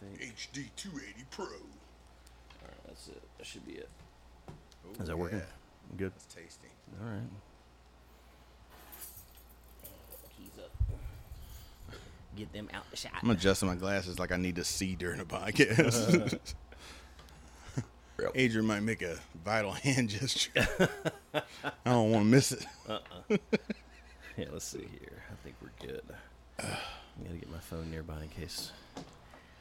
think. HD 280 Pro. All right, that's it. That should be it. Ooh, Is that working? yeah. Good. That's tasty. All right. Keys up. Get them out the shot. I'm adjusting my glasses like I need to see during the podcast. Adrian might make a vital hand gesture. I don't want to miss it. Yeah, let's see here. I think we're good. I gotta get my phone nearby in case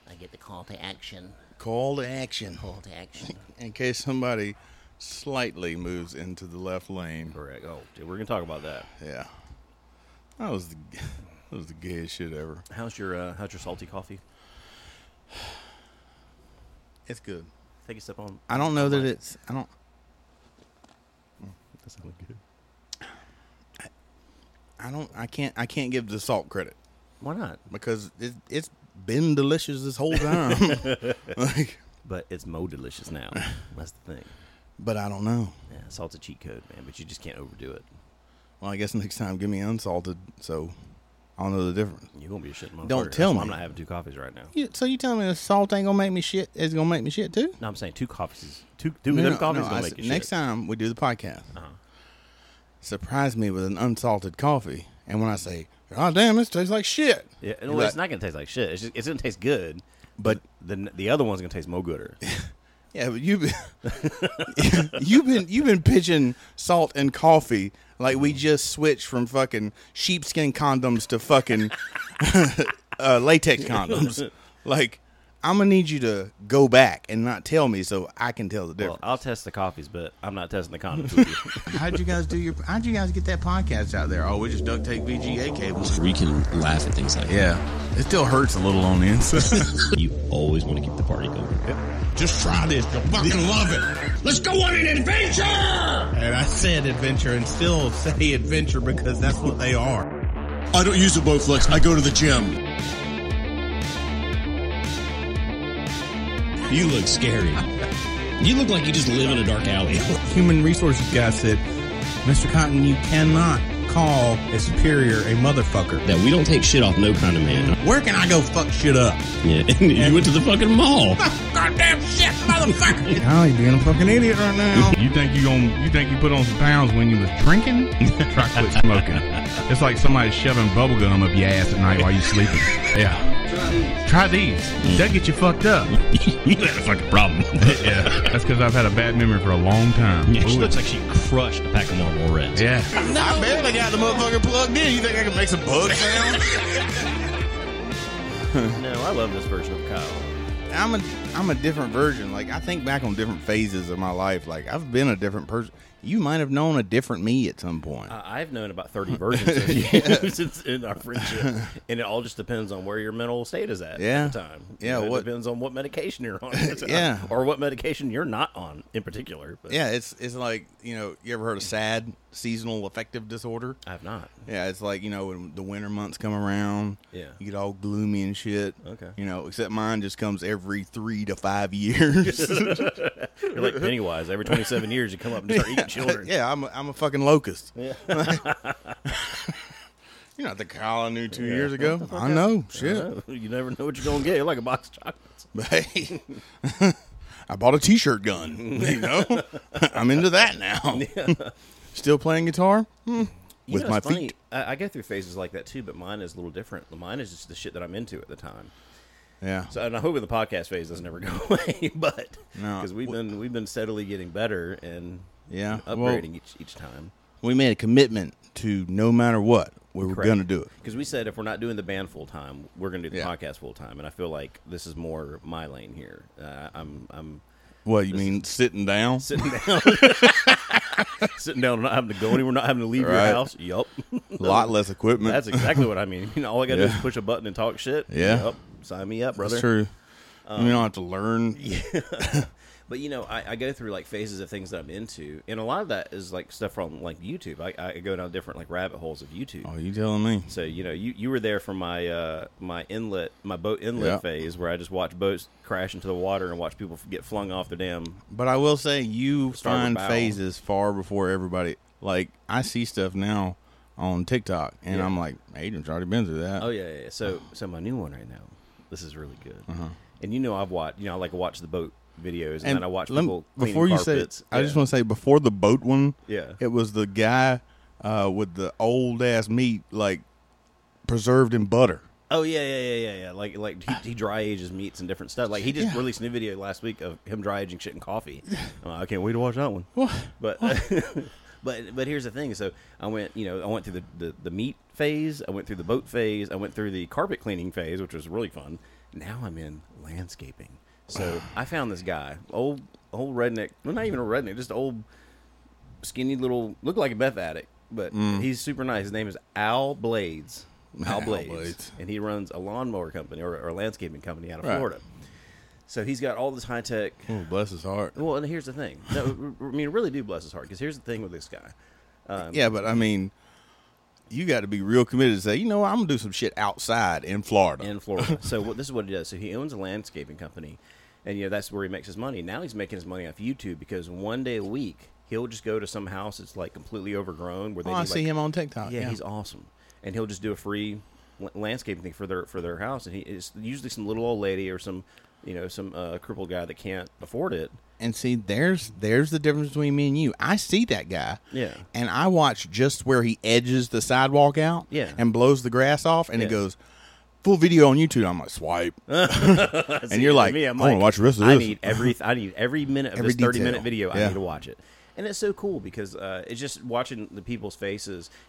I get the call to action. Call to action. Call to action. In case somebody slightly moves into the left lane. Correct. Oh, dude, we're gonna talk about that. Yeah. That was the, that was the gayest shit ever. How's your uh, how's your salty coffee? It's good. Take a sip on. I don't know that it's I don't That sounded good. I don't I can't I can't give the salt credit Why not? because it it's been delicious this whole time. like But it's mo delicious now. That's the thing. but I don't know. Yeah, salt's a cheat code, man. But you just can't overdo it. Well, I guess next time give me unsalted, so I'll know the difference. You're gonna be a shit motherfucker. Don't tell That's why I'm me. not having two coffees right now. You, so you telling me the salt ain't gonna make me shit? It's gonna make me shit too. No, I'm saying two coffees. is- Two, two them coffees I gonna make said, you shit. next time we do the podcast, Uh-huh. surprise me with an unsalted coffee, and when I say, "God damn, this tastes like shit," Yeah, you're well, like, it's not gonna taste like shit. It's, just, it's gonna taste good, But- the the other one's gonna taste mo gooder. yeah, but you've been, you've been you've been pitching salt and coffee like we just switched from fucking sheepskin condoms to fucking uh, latex condoms. like, I'm gonna need you to go back and not tell me so I can tell the Well, difference. I'll test the coffees, but I'm not testing the condoms with you. how'd you guys do your? How'd you guys get that podcast out there? Oh, we just duct tape VGA cables. where you can laugh at things like Yeah, it still hurts a little on the inside. that. You always want to keep the party going. Just try this. You'll fucking love it. Let's go on an adventure! And I said adventure and still say adventure because that's what they are. I don't use a Bowflex. I go to the gym. You look scary. You look like you just live in a dark alley. Human resources guy said, Mr. Cotton, you cannot call a superior a motherfucker. That we don't take shit off no kind of man. Where can I go fuck shit up? Yeah, you went to the fucking mall. Goddamn shit, motherfucker! oh, you're being a fucking idiot right now. You think you gon' you think you put on some pounds when you was drinking? Try quit smoking. It's like somebody shoving bubble gum up your ass at night while you sleeping. Yeah. Try these. That get you fucked up. you had a fucking problem. Yeah. That's because I've had a bad memory for a long time. Yeah, she Ooh, looks like she crushed a pack of Marlboro Reds. yeah. I barely got the motherfucker plugged in. You think I can make some bug sound? no, I love this version of Kyle. I'm a I'm a different version. Like I think back on different phases of my life. Like I've been a different person. You might have known a different me at some point. I, I've known about 30 versions of you since in our friendship, and it all just depends on where your mental state is at Yeah. at the time. You Yeah, know, it what- depends on what medication you're on, at the time, Yeah. or what medication you're not on in particular. But yeah, it's it's like you know you ever heard of SAD, seasonal affective disorder? I've not. Yeah, it's like you know when the winter months come around. Yeah. you get all gloomy and shit. Okay. you know except mine just comes every three to five years. You're like Pennywise. Every 27 years, you come up and start eating children. yeah, I'm a, I'm a fucking locust. You're not the Kyle I knew two years ago. I know. Shit. You never know what you're gonna get. You're like a box of chocolates. hey, I bought a t-shirt gun. You know, I'm into that now. Still playing guitar Hmm. You with know, my it's funny, feet. I, I go through phases like that too, but mine is a little different. Mine is just the shit that I'm into at the time. Yeah. So, and I hope the podcast phase doesn't ever go away, but No. because we've been we've been steadily getting better and Yeah, upgrading well- each each time. we made a commitment to no matter what, we were Correct. going to do it. Because we said if we're not doing the band full time, we're going to do the Yeah. podcast full time, and I feel like this is more my lane here. Uh, I'm I'm Well, you mean sitting down? sitting down, sitting down, not having to go anywhere, not having to leave Right. your house. Yup. A lot less equipment. That's exactly what I mean. You know, all I got to do Yeah. is push a button and talk shit. Yeah. Yup. sign me up, brother. That's Um, true. you don't have to learn. But you know, I, I go through like phases of things that I'm into, and a lot of that is like stuff from like YouTube. I, I go down different like rabbit holes of YouTube. Oh, you telling me? So you know, you, you were there for my uh, my inlet, my boat inlet Yeah. phase, where I just watch boats crash into the water and watch people get flung off the damn. But I will say you Start with find bow. phases far before everybody. Like I see stuff now on TikTok, and I'm like, Adrian's already been through that. Oh yeah, yeah. yeah. So so my new one right now This is really good. Uh-huh. And you know, I've watched. You know, I like watch the boat videos, and, then I watch lem- people cleaning before you say. carpets. it, I just want to say before the boat one. Yeah. it was the guy uh, with the old ass meat like preserved in butter. Oh yeah, yeah, yeah, yeah, yeah. Like like he, he dry ages meats and different stuff. Like he just Yeah. released a new video last week of him dry aging shit in coffee. I'm like, I can't wait to watch that one. But but but here's the thing. So I went you know I went through the, the the meat phase. I went through the boat phase. I went through the carpet cleaning phase, which was really fun. Now I'm in landscaping. So I found this guy, old old redneck. Well, not even a redneck, just old skinny little looked like a meth addict, but he's super nice. His name is Al Blades. Al Mm. Al Blades. Blades. And he runs a lawnmower company or, or a landscaping company out of Right. Florida. So he's got all this high tech. Oh, bless his heart. Well, and here's the thing. No, I mean, really do bless his heart because here's the thing with this guy. Yeah, but I mean, you got to be real committed to say, you know, what, I'm gonna do some shit outside in Florida. in Florida. so what, this is what he does. So he owns a landscaping company, and you know that's where he makes his money. Now he's making his money off YouTube because one day a week he'll just go to some house that's like completely overgrown where they Oh, I need, see like, him on TikTok. yeah, Yeah, he's awesome, and he'll just do a free la- landscaping thing for their for their house, and he it's usually some little old lady or some you know some uh, crippled guy that can't afford it. and see, there's there's the difference between me and you. I see that guy. Yeah. and I watch just where he edges the sidewalk out. Yeah. and blows the grass off, and it Yeah. Uh, goes full video on YouTube. I'm like, swipe. See, you're for like, I I'm wanna like, watch the rest of I this. need every I need every minute of Every this thirty minute detail. video. I Yeah. need to watch it, and it's so cool because uh, it's just watching the people's faces. uh,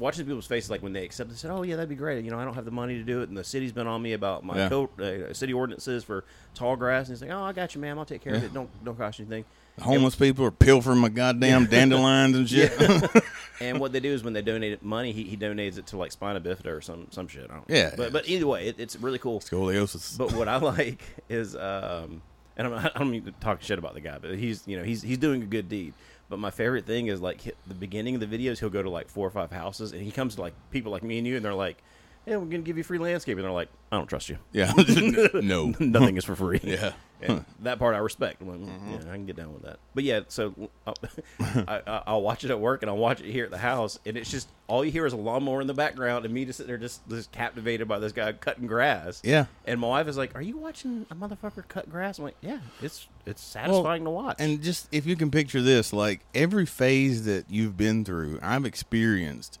Watching people's faces, like when they accept, they said, "Oh yeah, that'd be great." You know, I don't have the money to do it, and the city's been on me about my Yeah. co- uh, city ordinances for tall grass. And he's like, "Oh, I got you, ma'am. I'll take care of it. Don't don't cost you anything." Homeless people are pilfering my goddamn dandelions and shit. Yeah, And what they do is when they donate money, he, he donates it to like spina bifida or some some shit. I don't. Yeah, But yeah. but either way, it, it's really cool. scoliosis. But what I like is, um, and I'm, I don't mean to talk shit about the guy, but he's you know he's he's doing a good deed. But my favorite thing is like hit the beginning of the videos, he'll go to like four or five houses, and he comes to like people like me and you, and they're like, "Hey, we're gonna give you free landscaping." And they're like, "I don't trust you. yeah, no. Nothing is for free." Yeah. And that part I respect. I'm like, "Mm, Mm-hmm. Yeah, I can get down with that. But yeah, so uh, I, I, I'll watch it at work and I'll watch it here at the house, and it's just all you hear is a lawnmower in the background, and me just sitting there just, just captivated by this guy cutting grass. Yeah. And my wife is like, "Are you watching a motherfucker cut grass?" I'm like, "Yeah, it's it's satisfying to watch." And just if you can picture this, like every phase that you've been through, I've experienced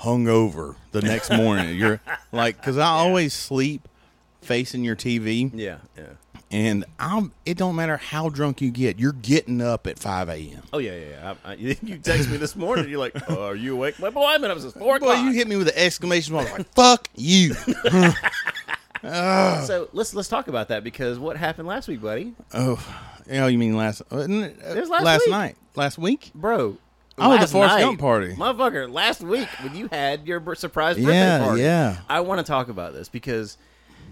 hungover the next morning. You're like, because I always sleep facing your TV, yeah, yeah. and I'm. It don't matter how drunk you get, you're getting up at five a.m. Oh yeah, yeah. yeah. I, I, you text me this morning. You're like, oh, "Are you awake?" My boy, I'm up since four Boy, o'clock. you hit me with an exclamation mark like "fuck you." so let's let's talk about that because what happened last week, buddy, oh, oh, you mean last? Uh, n- uh, was last week. night, last week. bro. Oh, the last Forrest night, Gump party. motherfucker. Last week when you had your bir- surprise birthday Yeah, party, yeah. I want to talk about this because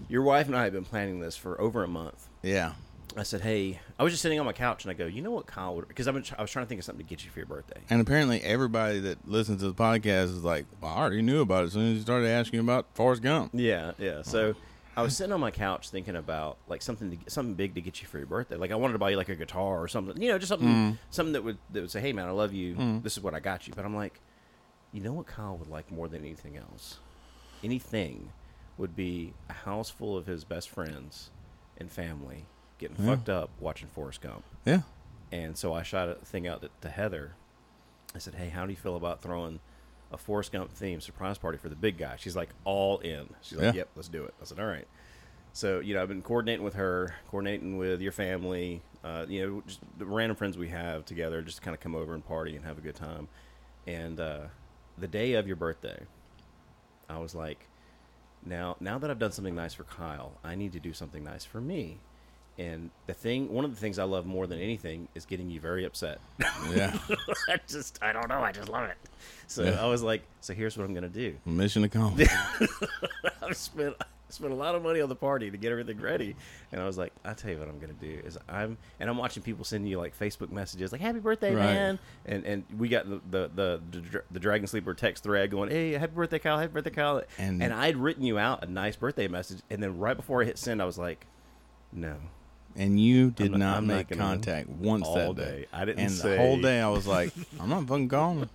your wife and I have been planning this for over a month. Yeah, I said, "Hey," I was just sitting on my couch and I go, "You know what, Kyle? Because I've been, tr- I was trying to think of something to get you for your birthday." And apparently, everybody that listens to the podcast is like, well, I already knew about it as soon as you started asking about Forrest Gump. Yeah, yeah. So I was sitting on my couch thinking about like something to, something big to get you for your birthday. Like I wanted to buy you like a guitar or something. You know, just something something that would that would say, "Hey man, I love you. This is what I got you." But I'm like, you know what Kyle would like more than anything else? Anything would be a house full of his best friends and family getting fucked up watching Forrest Gump. Yeah. And so I shot a thing out to, to Heather. I said, "Hey, how do you feel about throwing a Forrest Gump themed surprise party for the big guy?" She's like, "All in." She's like, Yeah. "Yep, let's do it." I said, "All right." So you know, I've been coordinating with her, coordinating with your family, uh, you know, just the random friends we have together, just to kind of come over and party and have a good time. And uh, the day of your birthday, I was like, now now that I've done something nice for Kyle, I need to do something nice for me. And the thing, one of the things I love more than anything is getting you very upset. Yeah. I just, I don't know, I just love it. So Yeah. I was like, so here's what I'm gonna do. Mission accomplished. I've spent I spent a lot of money on the party to get everything ready, and I was like, I tell you what I'm gonna do is I'm and I'm watching people send you like Facebook messages like Happy birthday, Right. man, and and we got the the the, the, dr- the Dragon Sleeper text thread going, Hey, Happy birthday, Kyle! Happy birthday, Kyle! And, And- and I'd written you out a nice birthday message, and then right before I hit send, I was like, No, And you did not- not, I'm not make gonna- contact once all that day. day. I didn't And say- the whole day, I was like, I'm not fucking calling.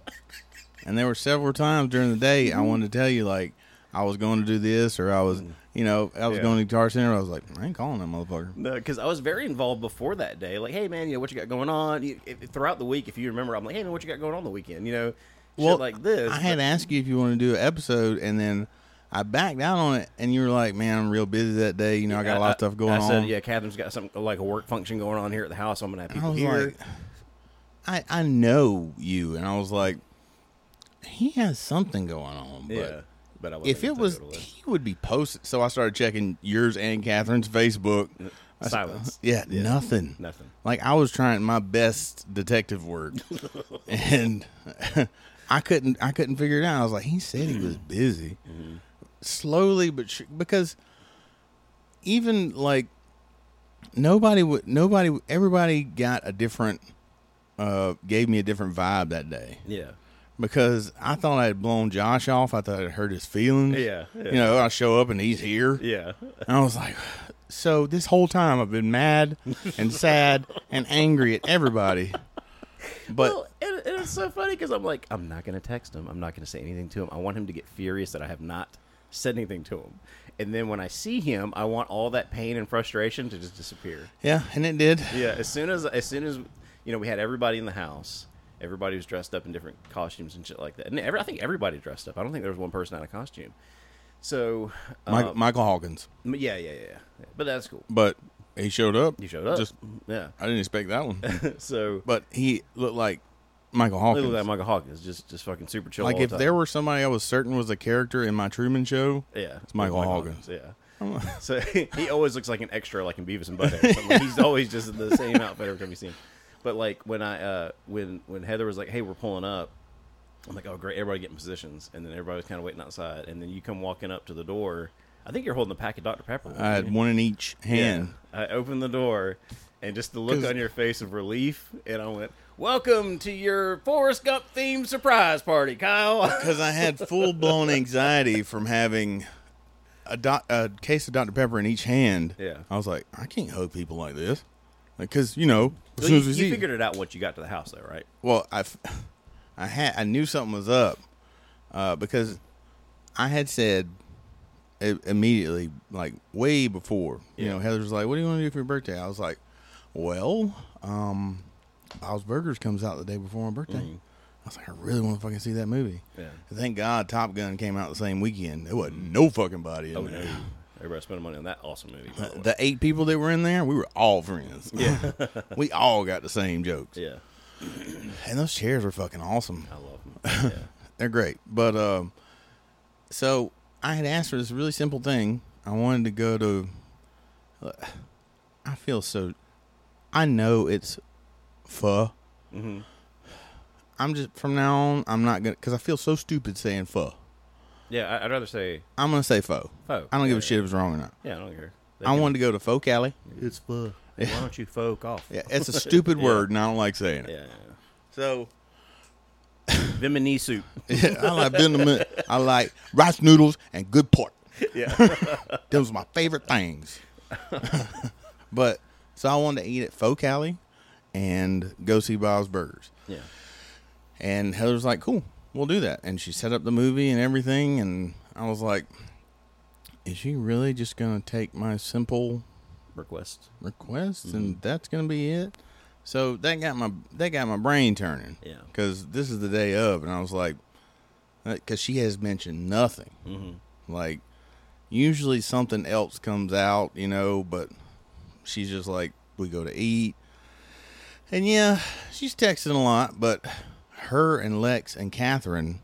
and there were several times during the day I wanted to tell you, like, I was going to do this, or I was, you know, I was Yeah. going to Guitar Center. I was like, I ain't calling that motherfucker. because uh, I was very involved before that day. Like, hey man, you know what you got going on You- if, throughout the week. If you remember, I'm like, hey man, what you got going on the weekend? You know, shit like this. I had asked you if you want to do an episode, and then I backed out on it, and you were like, "Man, I'm real busy that day. You know, I got a lot of stuff going I on." said, yeah, Catherine's got some like a work function going on here at the house. I'm gonna have I people was here. like, I I know you, and I was like, he has something going on, but. yeah, but I wasn't If gonna it tell was, you what he would be posted. So I started checking yours and Catherine's Facebook. I s- Silence. Yeah, nothing. Nothing. Like I was trying my best detective work, and I couldn't. I couldn't figure it out. I was like, he said he was busy. Mm-hmm. Slowly, but sh- because even like nobody would. Nobody. Everybody got a different. Uh, gave me a different vibe that day yeah, because I thought I had blown Josh off. I thought I hurt his feelings. Yeah, yeah. You know, I show up and he's here. yeah, And I was like, so this whole time I've been mad and sad and angry at everybody. But well, and, and it's so funny because I'm like, I'm not going to text him. I'm not going to say anything to him. I want him to get furious that I have not said anything to him. And then when I see him, I want all that pain and frustration to just disappear. yeah, and it did. Yeah, as soon as as soon as you know, we had everybody in the house. Everybody was dressed up in different costumes and shit like that. And every, I think everybody dressed up. I don't think there was one person out of costume. So, Mi- um, Michael Hawkins. yeah, yeah, yeah, yeah. But that's cool. But he showed up. You showed up. Just yeah. I didn't expect that one. So, But he looked like Michael Hawkins. look at that Michael Hawkins, just just fucking super chill. like all the if time. there were somebody I was certain was a character in my Truman Show, Yeah, it's Michael Hawkins. Yeah. so he always looks like an extra, like in Beavis and Butthead. or something. Like, he's always just in the same outfit every time you see him. But like when I uh, when when Heather was like, "Hey, we're pulling up," I'm like, "Oh, great! Everybody getting positions," and then everybody was kind of waiting outside, and then you come walking up to the door. I think you're holding a pack of Dr Pepper. I had one in each hand. I opened the door, and just the look 'Cause- on your face of relief, and I went, "Welcome to your Forrest Gump themed surprise party, Kyle." because I had full blown anxiety from having a, doc, a case of Dr Pepper in each hand. Yeah. I was like, I can't hug people like this, because you know, as So soon you, as we you see, figured it out once you got to the house, though, right? well, I, f- I had, I knew something was up, uh, because I had said i immediately, like way before, you Yeah. know, Heather was like, "What do you want to do for your birthday?" I was like, "Well, um, Bob's Burgers comes out the day before my birthday." I was like, I really want to fucking see that movie. Mm-hmm. Yeah. Mm-hmm. Thank God Top Gun came out the same weekend. There wasn't no fucking body in Oh there. no! Everybody spending money on that awesome movie. by the way. The eight people Uh, that were in there, we were all friends. Yeah. we all got the same jokes. yeah, Oh, And those chairs were fucking awesome. I love them. Yeah. They're great. But um so I had asked for this really simple thing. I wanted to go to I feel so I know it's pho. Mm-hmm. I'm just from now on I'm not gonna cause I feel so stupid saying pho. yeah, I- I'd rather say I'm gonna say pho. Pho. I don't give Yeah. a shit if it's wrong or not. yeah. I don't care. They I can- wanted to go to Folk Alley. it's fun. Why don't you folk off? Yeah, it's a stupid word, and I don't like saying it. yeah. So Viminee soup. I like venom. I like rice noodles and good pork. Yeah, Those are my favorite things. but so I wanted to eat at Folk Alley and go see Bob's Burgers. yeah. And Heather's like, "Cool, we'll do that." And she set up the movie and everything. And I was like, "Is she really just gonna take my simple Request. requests and that's gonna be it. So that got my that got my brain turning. Yeah. Because this is the day of, and I was like, because she has mentioned nothing. Mm-hmm. Like usually something else comes out, you know, but she's just like, we go to eat, and yeah, she's texting a lot, but her and Lex and Catherine,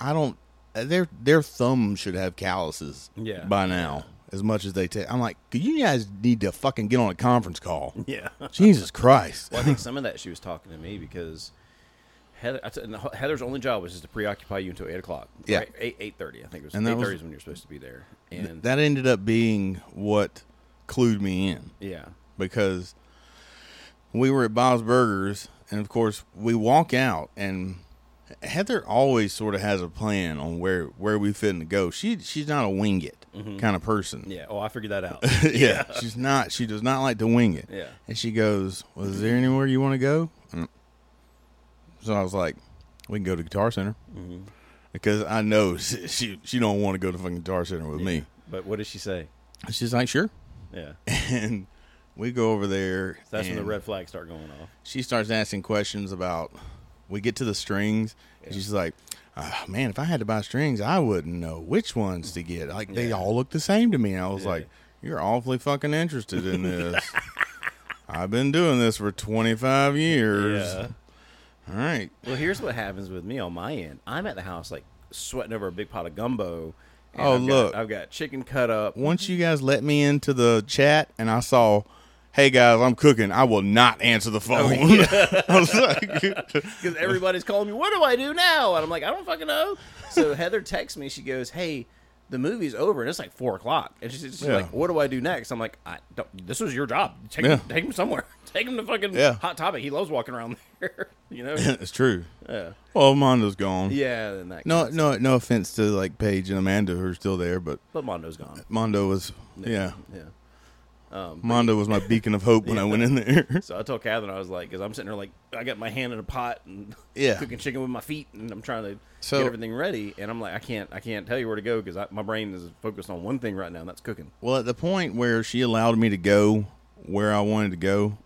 I don't. Their their thumbs should have calluses Yeah. by now as much as they take. I'm like, "Could you guys need to fucking get on a conference call. Yeah. well, Jesus Christ. I think some of that she was talking to me because Heather, I t- and Heather's only job was just to preoccupy you until eight o'clock. Yeah. Right? eight eight thirty. I think it was And eight that was- thirty is when you're supposed to be there. And That ended up being what clued me in yeah, because we were at Bob's Burgers, and of course we walk out, and Heather always sort of has a plan on where where we fit to go. She she's not a wing it kind of person. Mm-hmm. yeah. Oh, I figured that out. yeah. She's not. She does not like to wing it. Yeah. And she goes, "Was is there anywhere Mm-hmm. you want to go?" Mm. So I was like, "We can go to Guitar Center." because I know she she don't want to go to fucking Guitar Center with me. But what does she say? She's like, sure, Yeah. and we go over there. That's when the and red flags start going off. She starts asking questions about. We get to the strings, and she's like, oh, "Man, if I had to buy strings, I wouldn't know which ones to get. Like they Yeah. all look the same to me." And I was Yeah. like, "You're awfully fucking interested in this." I've been doing this for 25 years. Yeah. All right. Well, here's what happens with me on my end. I'm at the house like sweating over a big pot of gumbo. and Oh, I've got- look. I've got chicken cut up. once you guys let me into the chat and I saw, hey guys, I'm cooking, I will not answer Oh, the phone. I was like, because everybody's calling me. What do I do now? And I'm like, I don't fucking know. So Heather texts me. She goes, Hey, the movie's over, and it's like four o'clock. And she's, she's Yeah. like, What do I do next? I'm like, I don't, This was your job. Take Yeah. him, take him somewhere. Take him to fucking Yeah. Hot Topic. He loves walking around there. you know? it's true. Yeah. Well, Amanda's gone. yeah. And that. No, no, no offense to like Paige and Amanda who are still there, but But Mondo's gone. Mondo was, yeah, Yeah. Mondo was my beacon of hope when I went in there. So I told Catherine, I was like, because I'm sitting there like, I got my hand in a pot and Yeah. cooking chicken with my feet, and I'm trying to So- get everything ready, and I'm like, I can't, I can't tell you where to go because my brain is focused on one thing right now, and that's cooking. Well, at the point where she allowed me to go where I wanted to go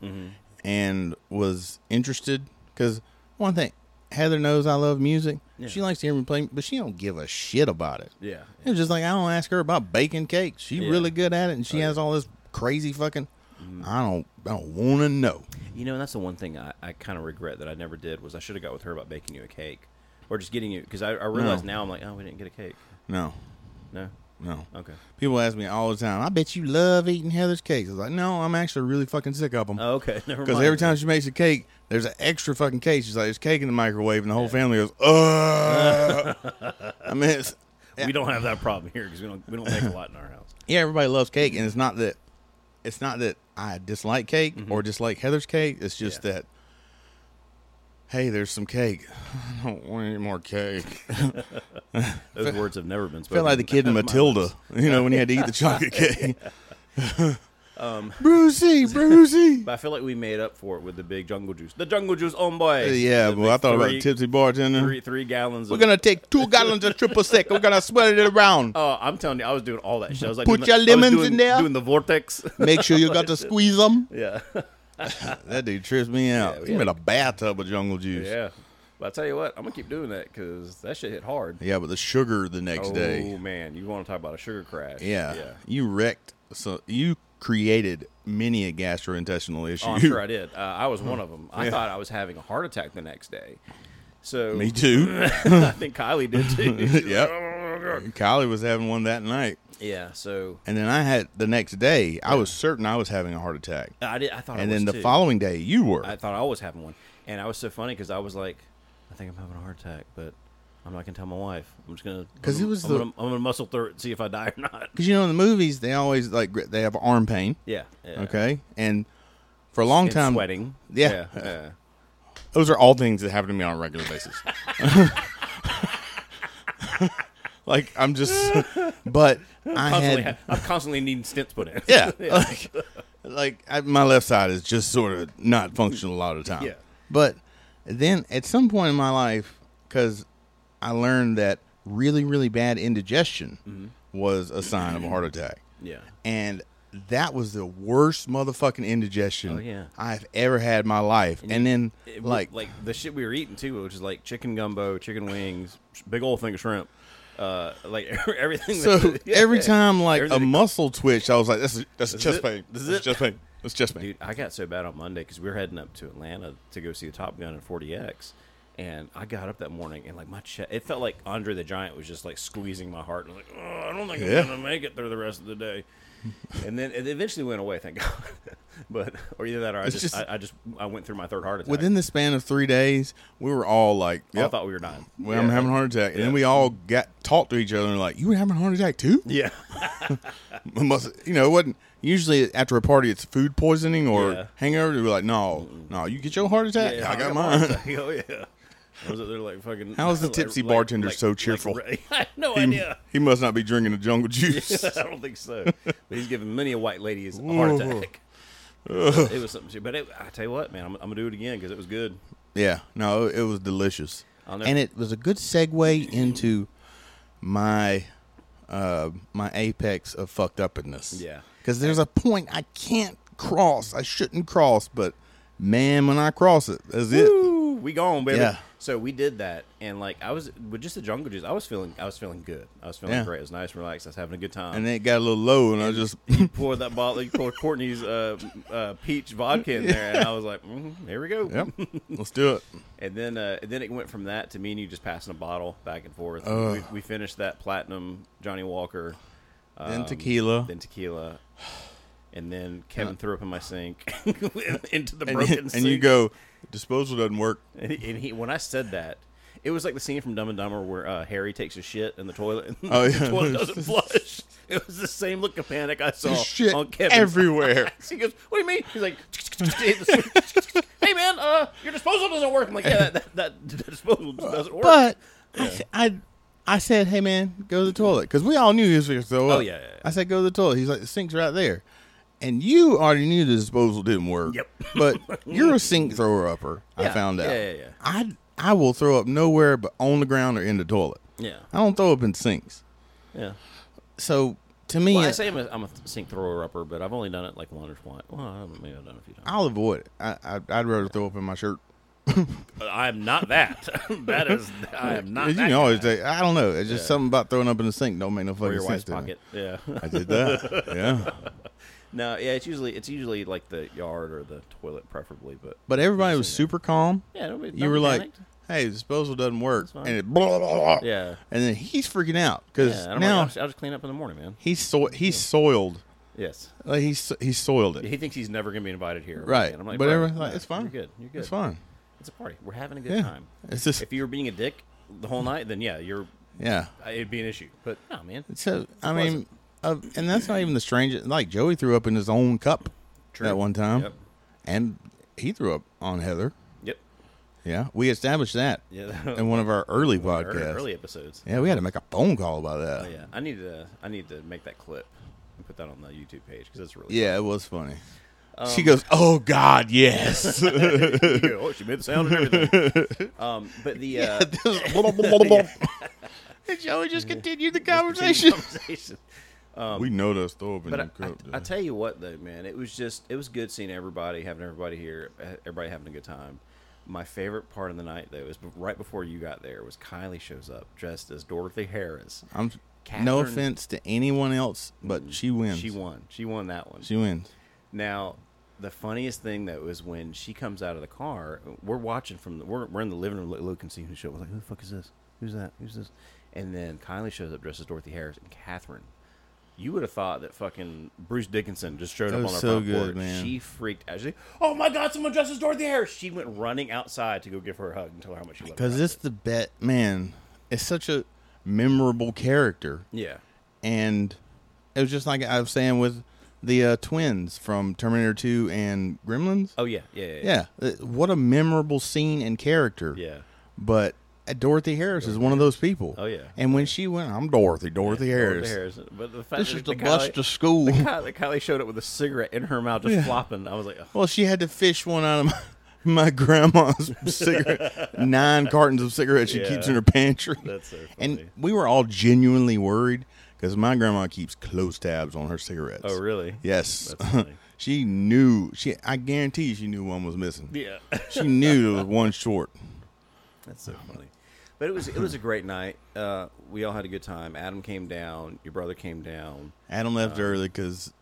and was interested, because one thing, Heather knows I love music. She likes to hear me play, but she don't give a shit about it. Yeah. It's just like I don't ask her about baking cakes. She Yeah. really good at it, and she has all this crazy fucking. I don't. I don't want to know. You know, and that's the one thing I, I kind of regret that I never did was I should have got with her about baking you a cake or just getting you because I, I realize now I'm like, oh, we didn't get a cake. No, No. no. Okay. People ask me all the time. I bet you love eating Heather's cakes. I was like, no, I'm actually really fucking sick of them. Oh, okay. Never mind. Because every time she makes a cake, there's an extra fucking cake. She's like, there's cake in the microwave, and the whole family goes, ugh. I mean, it's, we don't have that problem here because we don't we don't make a lot in our house. yeah, everybody loves cake, and it's not that, it's not that I dislike cake or dislike Heather's cake. It's just Mm-hmm. Yeah. that, hey, there's some cake. I don't want any more cake. Those words have never been spoken. Felt like the kid in out of my Matilda, lips. you know, when he had to eat the chocolate cake. Um, Brucey, Brucey. But I feel like we made up for it with the big jungle juice. The jungle juice on boy. yeah, The well, I big thought about three- the tipsy bartender. Three, three gallons. We're of, gonna take two gallons of triple sec. We're gonna sweat it around. Oh, I'm telling you, I was doing all that shit. I was like, Put doing your the- I was lemons doing- in there. Doing the vortex. Make sure you got to squeeze them. yeah. That dude trips me out. Yeah, he yeah. made a bathtub of jungle juice. Yeah. But I tell you what, I'm gonna keep doing that because that shit hit hard. Yeah, but the sugar the next Oh day. man, you want to talk about a sugar crash? Yeah. yeah. you wrecked. So you created many a gastrointestinal issue. Oh, I'm sure I did. Uh, I was one of them. I thought I was having a heart attack the next day. So me too. I think Kylie did too. She's like, Yep. "Oh, my God." Kylie was having one that night, Yeah. So and then I had the next day. I was certain I was having a heart attack, I did. I thought. and I was then the too. following day you were. I thought I was having one, and I was so funny because I was like, I think I'm having a heart attack, but. I'm not gonna tell my wife. I'm just gonna 'Cause it was I'm the- gonna, I'm gonna muscle through it and see if I die or not. Because you know in the movies they always like gr- they have arm pain. Yeah. yeah. Okay, and for a long And time, sweating. Yeah. yeah. yeah. those are all things that happen to me on a regular basis. like I'm just, but I Constantly, had, ha- I'm constantly needing stints put in. yeah, like, like I, my left side is just sort of not functional a lot of the time. Yeah. But then at some point in my life, because I learned that really, really bad indigestion was a sign of a heart attack. Mm-hmm. Yeah. and that was the worst motherfucking indigestion Oh, yeah. I've ever had in my life. And, then, It- like, like the shit we were eating too, which is like chicken gumbo, chicken wings, sh- big old thing of shrimp, uh, like everything. so that- every time like a Everything that- muscle twitched, I was like, "That's that's a chest it. pain. This This is is it." chest pain. That's chest pain." dude, I got so bad on Monday because we were heading up to Atlanta to go see the Top Gun and 40X, and I got up that morning and like my chest, it felt like Andre the Giant was just like squeezing my heart and I was like, oh, I don't think Yeah. I'm gonna make it through the rest of the day. and then it eventually went away, thank God. but or either that or I It's just, just- I, I just I went through my third heart attack. Within the span of three days, we were all like, I "Yep, thought we were dying. well, I'm having a heart attack," and then we all got talked to each other and were like, "You were having a heart attack too?" Yeah. Must, you know, it wasn't usually after a party. It's food poisoning or Yeah. hangover. We're like, "No, no, you get your heart attack. Yeah, I got mine. mine." Oh yeah. I was up there like fucking. How is the like- tipsy like- bartender like- so like cheerful? re- I have no He- idea. He must not be drinking the jungle juice. I don't think so. But he's giving many a white lady his heart Mm-hmm. attack. It was something. shit. But it, I tell you what, man, I'm, I'm gonna do it again because it was good. Yeah, no, it was delicious. I'll never- and it was a good segue into my uh, my apex of fucked upness. Yeah. because there's a point I can't cross. I shouldn't cross, but man, when I cross it, that's it. Woo, we gone, baby. Yeah. So we did that, and like I was with just the jungle juice. I was feeling, I was feeling good. I was feeling Yeah. great. It was nice and relaxed. I was having a good time. And then it got a little low, and I just you pour that bottle, you pour Courtney's uh, uh, peach vodka in there, and I was like, mm, "Here we go." yep, let's do it. And then, uh, and then it went from that to me and you just passing a bottle back and forth. we, we finished that platinum Johnny Walker, then tequila, Um, then tequila, and then Kevin threw up in my sink into the and, broken and sink. you go disposal doesn't work. And he, and he when I said that, it was like the scene from Dumb and Dumber where uh, Harry takes a shit in the toilet and Oh, the yeah. toilet doesn't flush. It was the same look of panic I saw Shit on Oh, Kevin everywhere. He goes, "What do you mean?" He's like, hit the switch. "Hey man, uh, your disposal doesn't work." I'm like, "Yeah, that, that, that disposal doesn't work." But I s- I, I said, hey man, go to the toilet because we all knew he was going to throw Oh, up. yeah, yeah, yeah. I said, go to the toilet. He's like, the sink's right there, and you already knew the disposal didn't work. Yep. But you're a sink thrower upper. I Yeah, found out. yeah, yeah, yeah. I I will throw up nowhere but on the ground or in the toilet. yeah, I don't throw up in sinks. yeah. So to me, Well, I it- say I'm a, I'm a sink thrower upper, but I've only done it like one or twice. Well, I don't- maybe I've done it a few times. I'll avoid it. I, I I'd rather throw up in my shirt. I'm not that. that is, I am not. you Uh, that know, guy. it's like, I don't know. It's just something about throwing up in the sink don't make no fucking Or your sense. wife's to me. pocket. Yeah. I did that. yeah. No, yeah, it's usually it's usually like the yard or the toilet, preferably. But But everybody was super calm. yeah, nobody, you were like, "Hey, disposal doesn't work," and it blah, blah, blah, blah. Yeah. and then he's freaking out because yeah, I don't know, I'll, now just, I'll just clean up in the morning, man. he's so he's soiled, Yes, like he's he's soiled it, he thinks he's never gonna be invited here, right? And I'm like, but bro, everyone's like, no, "It's fine, You're good. You're good. It's fine." It's a party. We're having a good Yeah, time. it's just If you were being a dick the whole night, then yeah, you're yeah. it'd be an issue. But no, man. So I mean, uh, and that's not even the strangest. Like Joey threw up in his own cup True. that one time, Yep. and he threw up on Heather. Yep. Yeah, we established that Yeah, that- in one of our early Our podcasts. early episodes. Yeah, we had to make a phone call about that. Oh yeah, I need to I need to make that clip and put that on the YouTube page because it's really Yeah, it was funny. she Um, goes, "Oh God, yes." oh she made the sound and everything. um, but the uh, and Joey just continued the conversation. conversation. we know that's throw up in Um, But the I, I, cup. I tell you what, though, man, it was just it was good seeing everybody, having everybody here, eh, everybody having a good time. My favorite part of the night, though, is be- right before you got there, was Kylie shows up dressed as Dorothy Harris. I'm no Catherine- offense to anyone else, but she wins. She won. She won that one. She wins. Now, the funniest thing though is when she comes out of the car. We're watching from the we're, we're in the living room. Look, look and see who shows. up. We're like, who the fuck is this? Who's that? Who's this? And then Kylie shows up dressed as Dorothy Harris and Catherine. You would have thought that fucking Bruce Dickinson just showed That up on was our so front good, porch. man. She freaked out. She's like, "Oh my god, someone dressed as Dorothy Harris!" She went running outside to go give her a hug and tell her how much she loved her. Because it's the bet, man. It's such a memorable character, yeah, and it was just like I was saying with the uh, twins from Terminator Two and Gremlins. oh yeah, yeah, yeah, Yeah, uh, what a memorable scene and character. yeah. But uh, Dorothy Harris is one of those people. Oh, yeah. And when she went, I'm Dorothy, Dorothy Harris. Dorothy Harris. But the fact This that is the bus Kylie- to school. The Kylie, that Kylie showed up with a cigarette in her mouth, just Yeah. flopping. I was like, "Ugh." Well, she had to fish one out of my, my grandma's cigarette, nine cartons of cigarettes she Yeah. keeps in her pantry. That's so And funny. we were all genuinely worried because my grandma keeps close tabs on her cigarettes. "Oh, really?" Yes. That's funny. she knew. She, I guarantee she knew one was missing. Yeah, She knew there was one short. that's so funny. But it was it was a great night. Uh, we all had a good time. Adam came down. Your brother came down. Adam left early because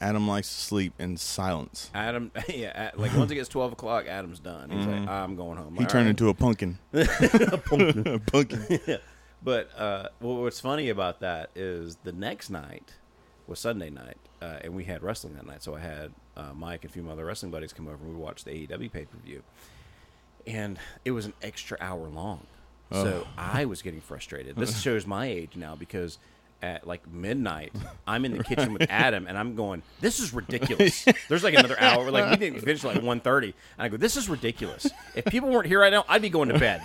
Adam likes to sleep in silence. Adam, yeah, at- like once it gets twelve o'clock, Adam's done. He's like, "I'm going home." Mm-hmm. He turned into a pumpkin. a pumpkin. But uh, what- what's funny about that is the next night was Sunday night, uh, and we had wrestling that night. So I had uh, Mike and a few of my other wrestling buddies come over, and we watched the AEW pay per view, and it was an extra hour long. So I was getting frustrated. This shows my age now because at like midnight, I'm in the kitchen with Adam, and I'm going, "This is ridiculous." There's like another hour. Like we didn't finish like 1.30. and I go, "This is ridiculous." If people weren't here right now, I'd be going to bed.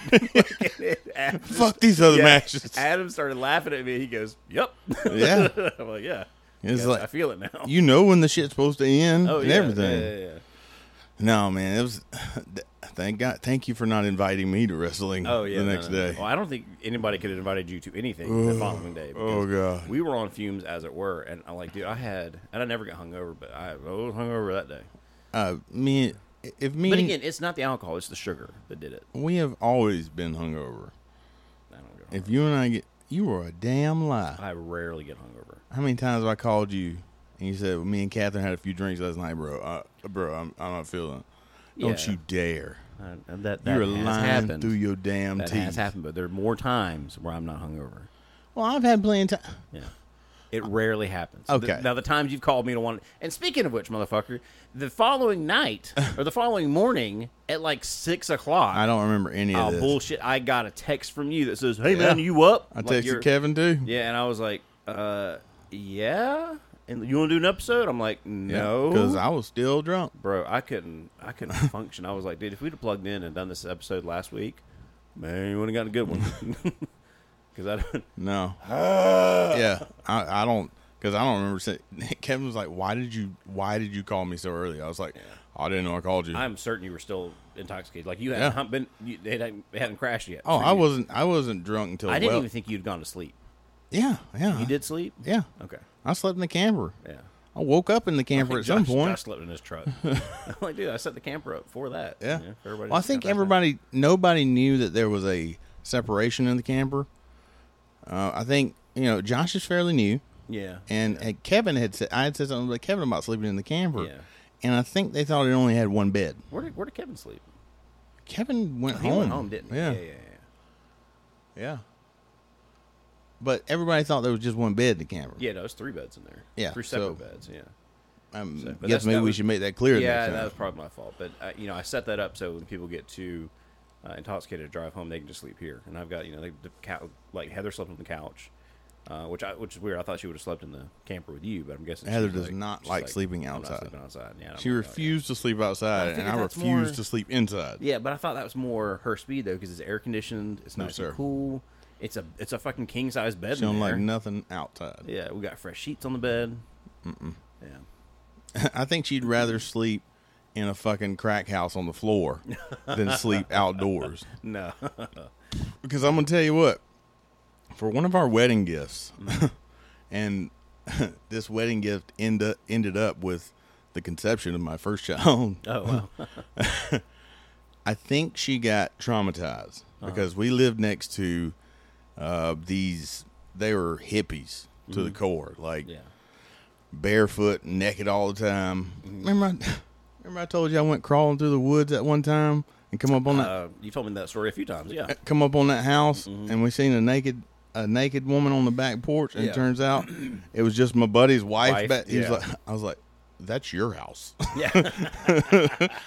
Fuck these other Yeah. matches. Adam started laughing at me. He goes, "Yep." Yeah. I'm like, "Yeah." It's Yes, like- I feel it now. You know when the shit's supposed to end oh and yeah, everything. Yeah, yeah, yeah. No, man, it was Thank God. Thank you for not inviting me to wrestling. Oh yeah, the no, next no, no. day. Well, I don't think anybody could have invited you to anything the following day. oh, because God. we were on fumes as it were, and I'm like, dude, I had, and I never got hungover, but I was hungover that day. Uh, me, if me, But and- again, it's not the alcohol; it's the sugar that did it. we have always been hungover. I don't go. If you and I get, you were a damn lie. I rarely get hungover. How many times have I called you and you said, "Me and Catherine had a few drinks last night, bro. Uh, bro, I'm, I'm not feeling. Don't Yeah. you dare. Uh, and that that You're has lying happened. through your damn that teeth. has happened, but there are more times where I'm not hungover. Well, I've had plenty of time. Yeah. It rarely happens. Okay. Th- now the times you've called me to want, and speaking of which, motherfucker, the following night or the following morning at like six o'clock, I don't remember any of Oh this. bullshit! I got a text from you that says, "Hey Yeah. man, you up?" I Like, texted you're- Kevin too. Yeah, and I was like, "Uh, yeah." And you want to do an episode? I'm like, "No, because I was still drunk. bro, I couldn't, I couldn't function." I was like, "Dude, if we'd have plugged in and done this episode last week, man, you would have gotten a good one." Because I don't. No. yeah, I, I don't because I don't remember. Say, Kevin was like, "Why did you? Why did you call me so early?" I was like, "Oh, "I didn't know I called you." I'm certain you were still intoxicated. Like you hadn't Yeah. been, you, it hadn't, it hadn't crashed yet. oh, for I you. wasn't. I wasn't drunk until. I didn't well- even think you'd gone to sleep. Yeah, yeah. You did sleep? Yeah. Okay. I slept in the camper. Yeah. I woke up in the camper at some Josh- point. Josh slept in his truck. I'm like, dude, I set the camper up for that. yeah. You know, for everybody well, I to sleep think outside. everybody, nobody knew that there was a separation in the camper. Uh, I think you know Josh is fairly new. Yeah. and and Kevin had said I had said something about Kevin about sleeping in the camper, Yeah. and I think they thought it only had one bed. where did where did Kevin sleep? Kevin went Oh, He home. went home, didn't he? Yeah. Yeah, yeah, yeah. yeah. But everybody thought there was just one bed in the camper. Yeah, no, it's three beds in there. Yeah, Three so- separate beds, yeah. um, but guess that's- maybe that we was- should make that clear. Yeah, next that time. was probably my fault. But, I, you know, I set that up so when people get too uh, intoxicated to drive home, they can just sleep here. And I've got, you know, they, the cou- like Heather slept on the couch, uh, which I, which is weird. I thought she would have slept in the camper with you, but I'm guessing she Heather was does not she's like sleeping I'm not outside. sleeping outside. Yeah, I don't she like that. refused to sleep outside, and figured I that's refused more- to sleep inside. Yeah, but I thought that was more her speed though, because it's air conditioned. It's No, nice sir. and cool. It's a it's a fucking king size bed. She in don't there. like nothing outside. Yeah, we got fresh sheets on the bed. Mm-mm. Yeah. I think she'd rather sleep in a fucking crack house on the floor than sleep outdoors. No. because I'm gonna tell you what, for one of our wedding gifts, Mm-hmm. and this wedding gift end up, ended up with the conception of my first child. oh wow. I think she got traumatized Uh-huh. because we lived next to uh, these. They were hippies to the core, like Mm-hmm. Yeah. barefoot, naked all the time. Mm-hmm. Remember, I, remember I told you I went crawling through the woods at one time and come up on that Uh, mm-hmm. you told me that story a few times. Yeah. come up on that house and we seen a naked a naked woman on the back porch and Yeah. it turns out it was just my buddy's wife, Wife, back- he was yeah. like, I was like that's your house Yeah.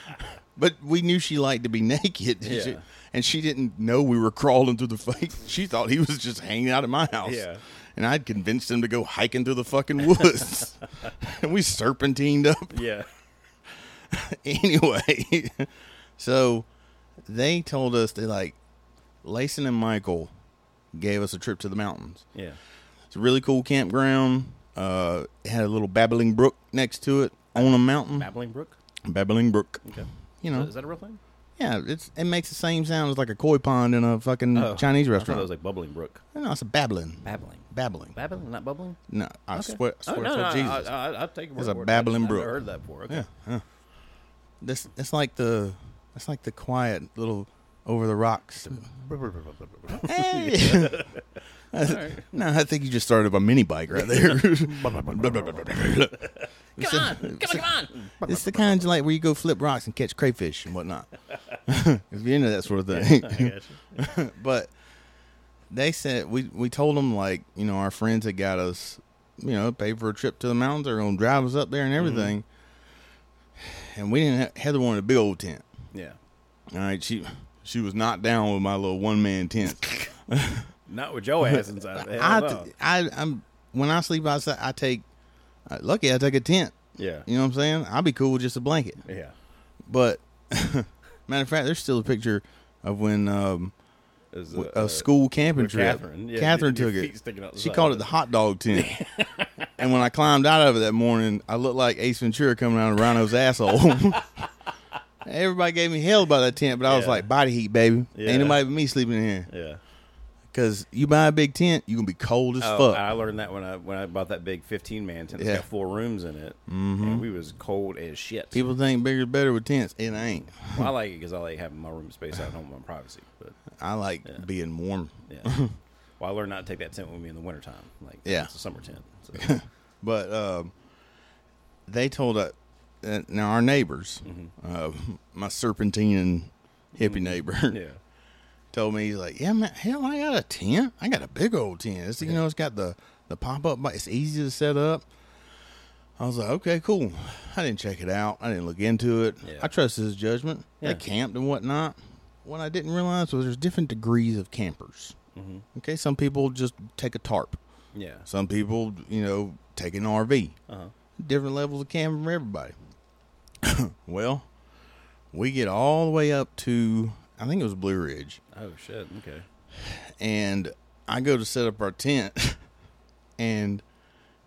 but we knew she liked to be naked and, she, Yeah. and she didn't know we were crawling through the fake she thought he was just hanging out at my house Yeah. and I'd convinced him to go hiking through the fucking woods and we serpentined up yeah. anyway, so they told us they like Layson and Michael gave us a trip to the mountains. Yeah. It's a really cool campground. Uh, it had a little babbling brook next to it on a mountain. Babbling Brook. Babbling brook. Okay. You Is know, that- Is that a real thing? yeah, it's it makes the same sound as like a koi pond in a fucking Oh. Chinese I thought restaurant. it was like Bubbling Brook. no, it's a babbling, Babbling. babbling. Babbling, not bubbling. No, I swear, I Oh swear no, to no, Jesus, I, I, I, I'll take your It's word a for it. babbling I've never brook. heard that before. Okay. Yeah, yeah. This it's like the it's like the quiet little over the rocks. Hey. No, I think you just started up a mini bike right there. Come on, come on, come on. it's the kind of like where you go flip rocks and catch crayfish and whatnot. if you're into that sort of thing. but they said we we told them like you know our friends had got us you know paid for a trip to the mountains they're gonna drive us up there and Mm-hmm. everything and we didn't have, Heather wanted a big old tent Yeah. all right she she was not down with my little one man tent Not with your ass inside. Hell I, no. I I'm when I sleep outside I take uh, lucky I take a tent Yeah. you know what I'm saying I'll be cool with just a blanket Yeah. but matter of fact there's still a picture of when um It was, w- uh, a school camping with trip. Catherine, yeah, Catherine your- took your it. feet sticking out the She side. called it the hot dog tent. and when I climbed out of it that morning, I looked like Ace Ventura coming out of Rhino's asshole. Everybody gave me hell about that tent, but I was Yeah. like, body heat, baby. Yeah. Ain't nobody but me sleeping in here. Yeah. Cause you buy a big tent, you gonna be cold as Oh, fuck. I learned that when I when I bought that big fifteen man tent. It's Yeah. got four rooms in it, and we was cold as shit. People think bigger is better with tents. It ain't. Well, I like it because I like having my room space out home, my privacy. But I like being warm. yeah, well, I learned not to take that tent with me in the wintertime. Like Yeah. it's a summer tent. So. But um, they told us uh, now our neighbors, uh, my serpentine and hippie neighbor, Mm-hmm. yeah, told me he's like, yeah, man, hell, I got a tent. I got a big old tent. It's, You know, it's got the the pop up. It's easy to set up. I was like, okay, cool. I didn't check it out. I didn't look into it. Yeah. I trusted his judgment. Yeah. They camped and whatnot. What I didn't realize was there's different degrees of campers. Mm-hmm. Okay, some people just take a tarp. yeah, Some people, you know, take an RV. Uh-huh. Different levels of camping for everybody. well, we get all the way up to I think it was Blue Ridge, Oh shit. Okay. and I go to set up our tent, and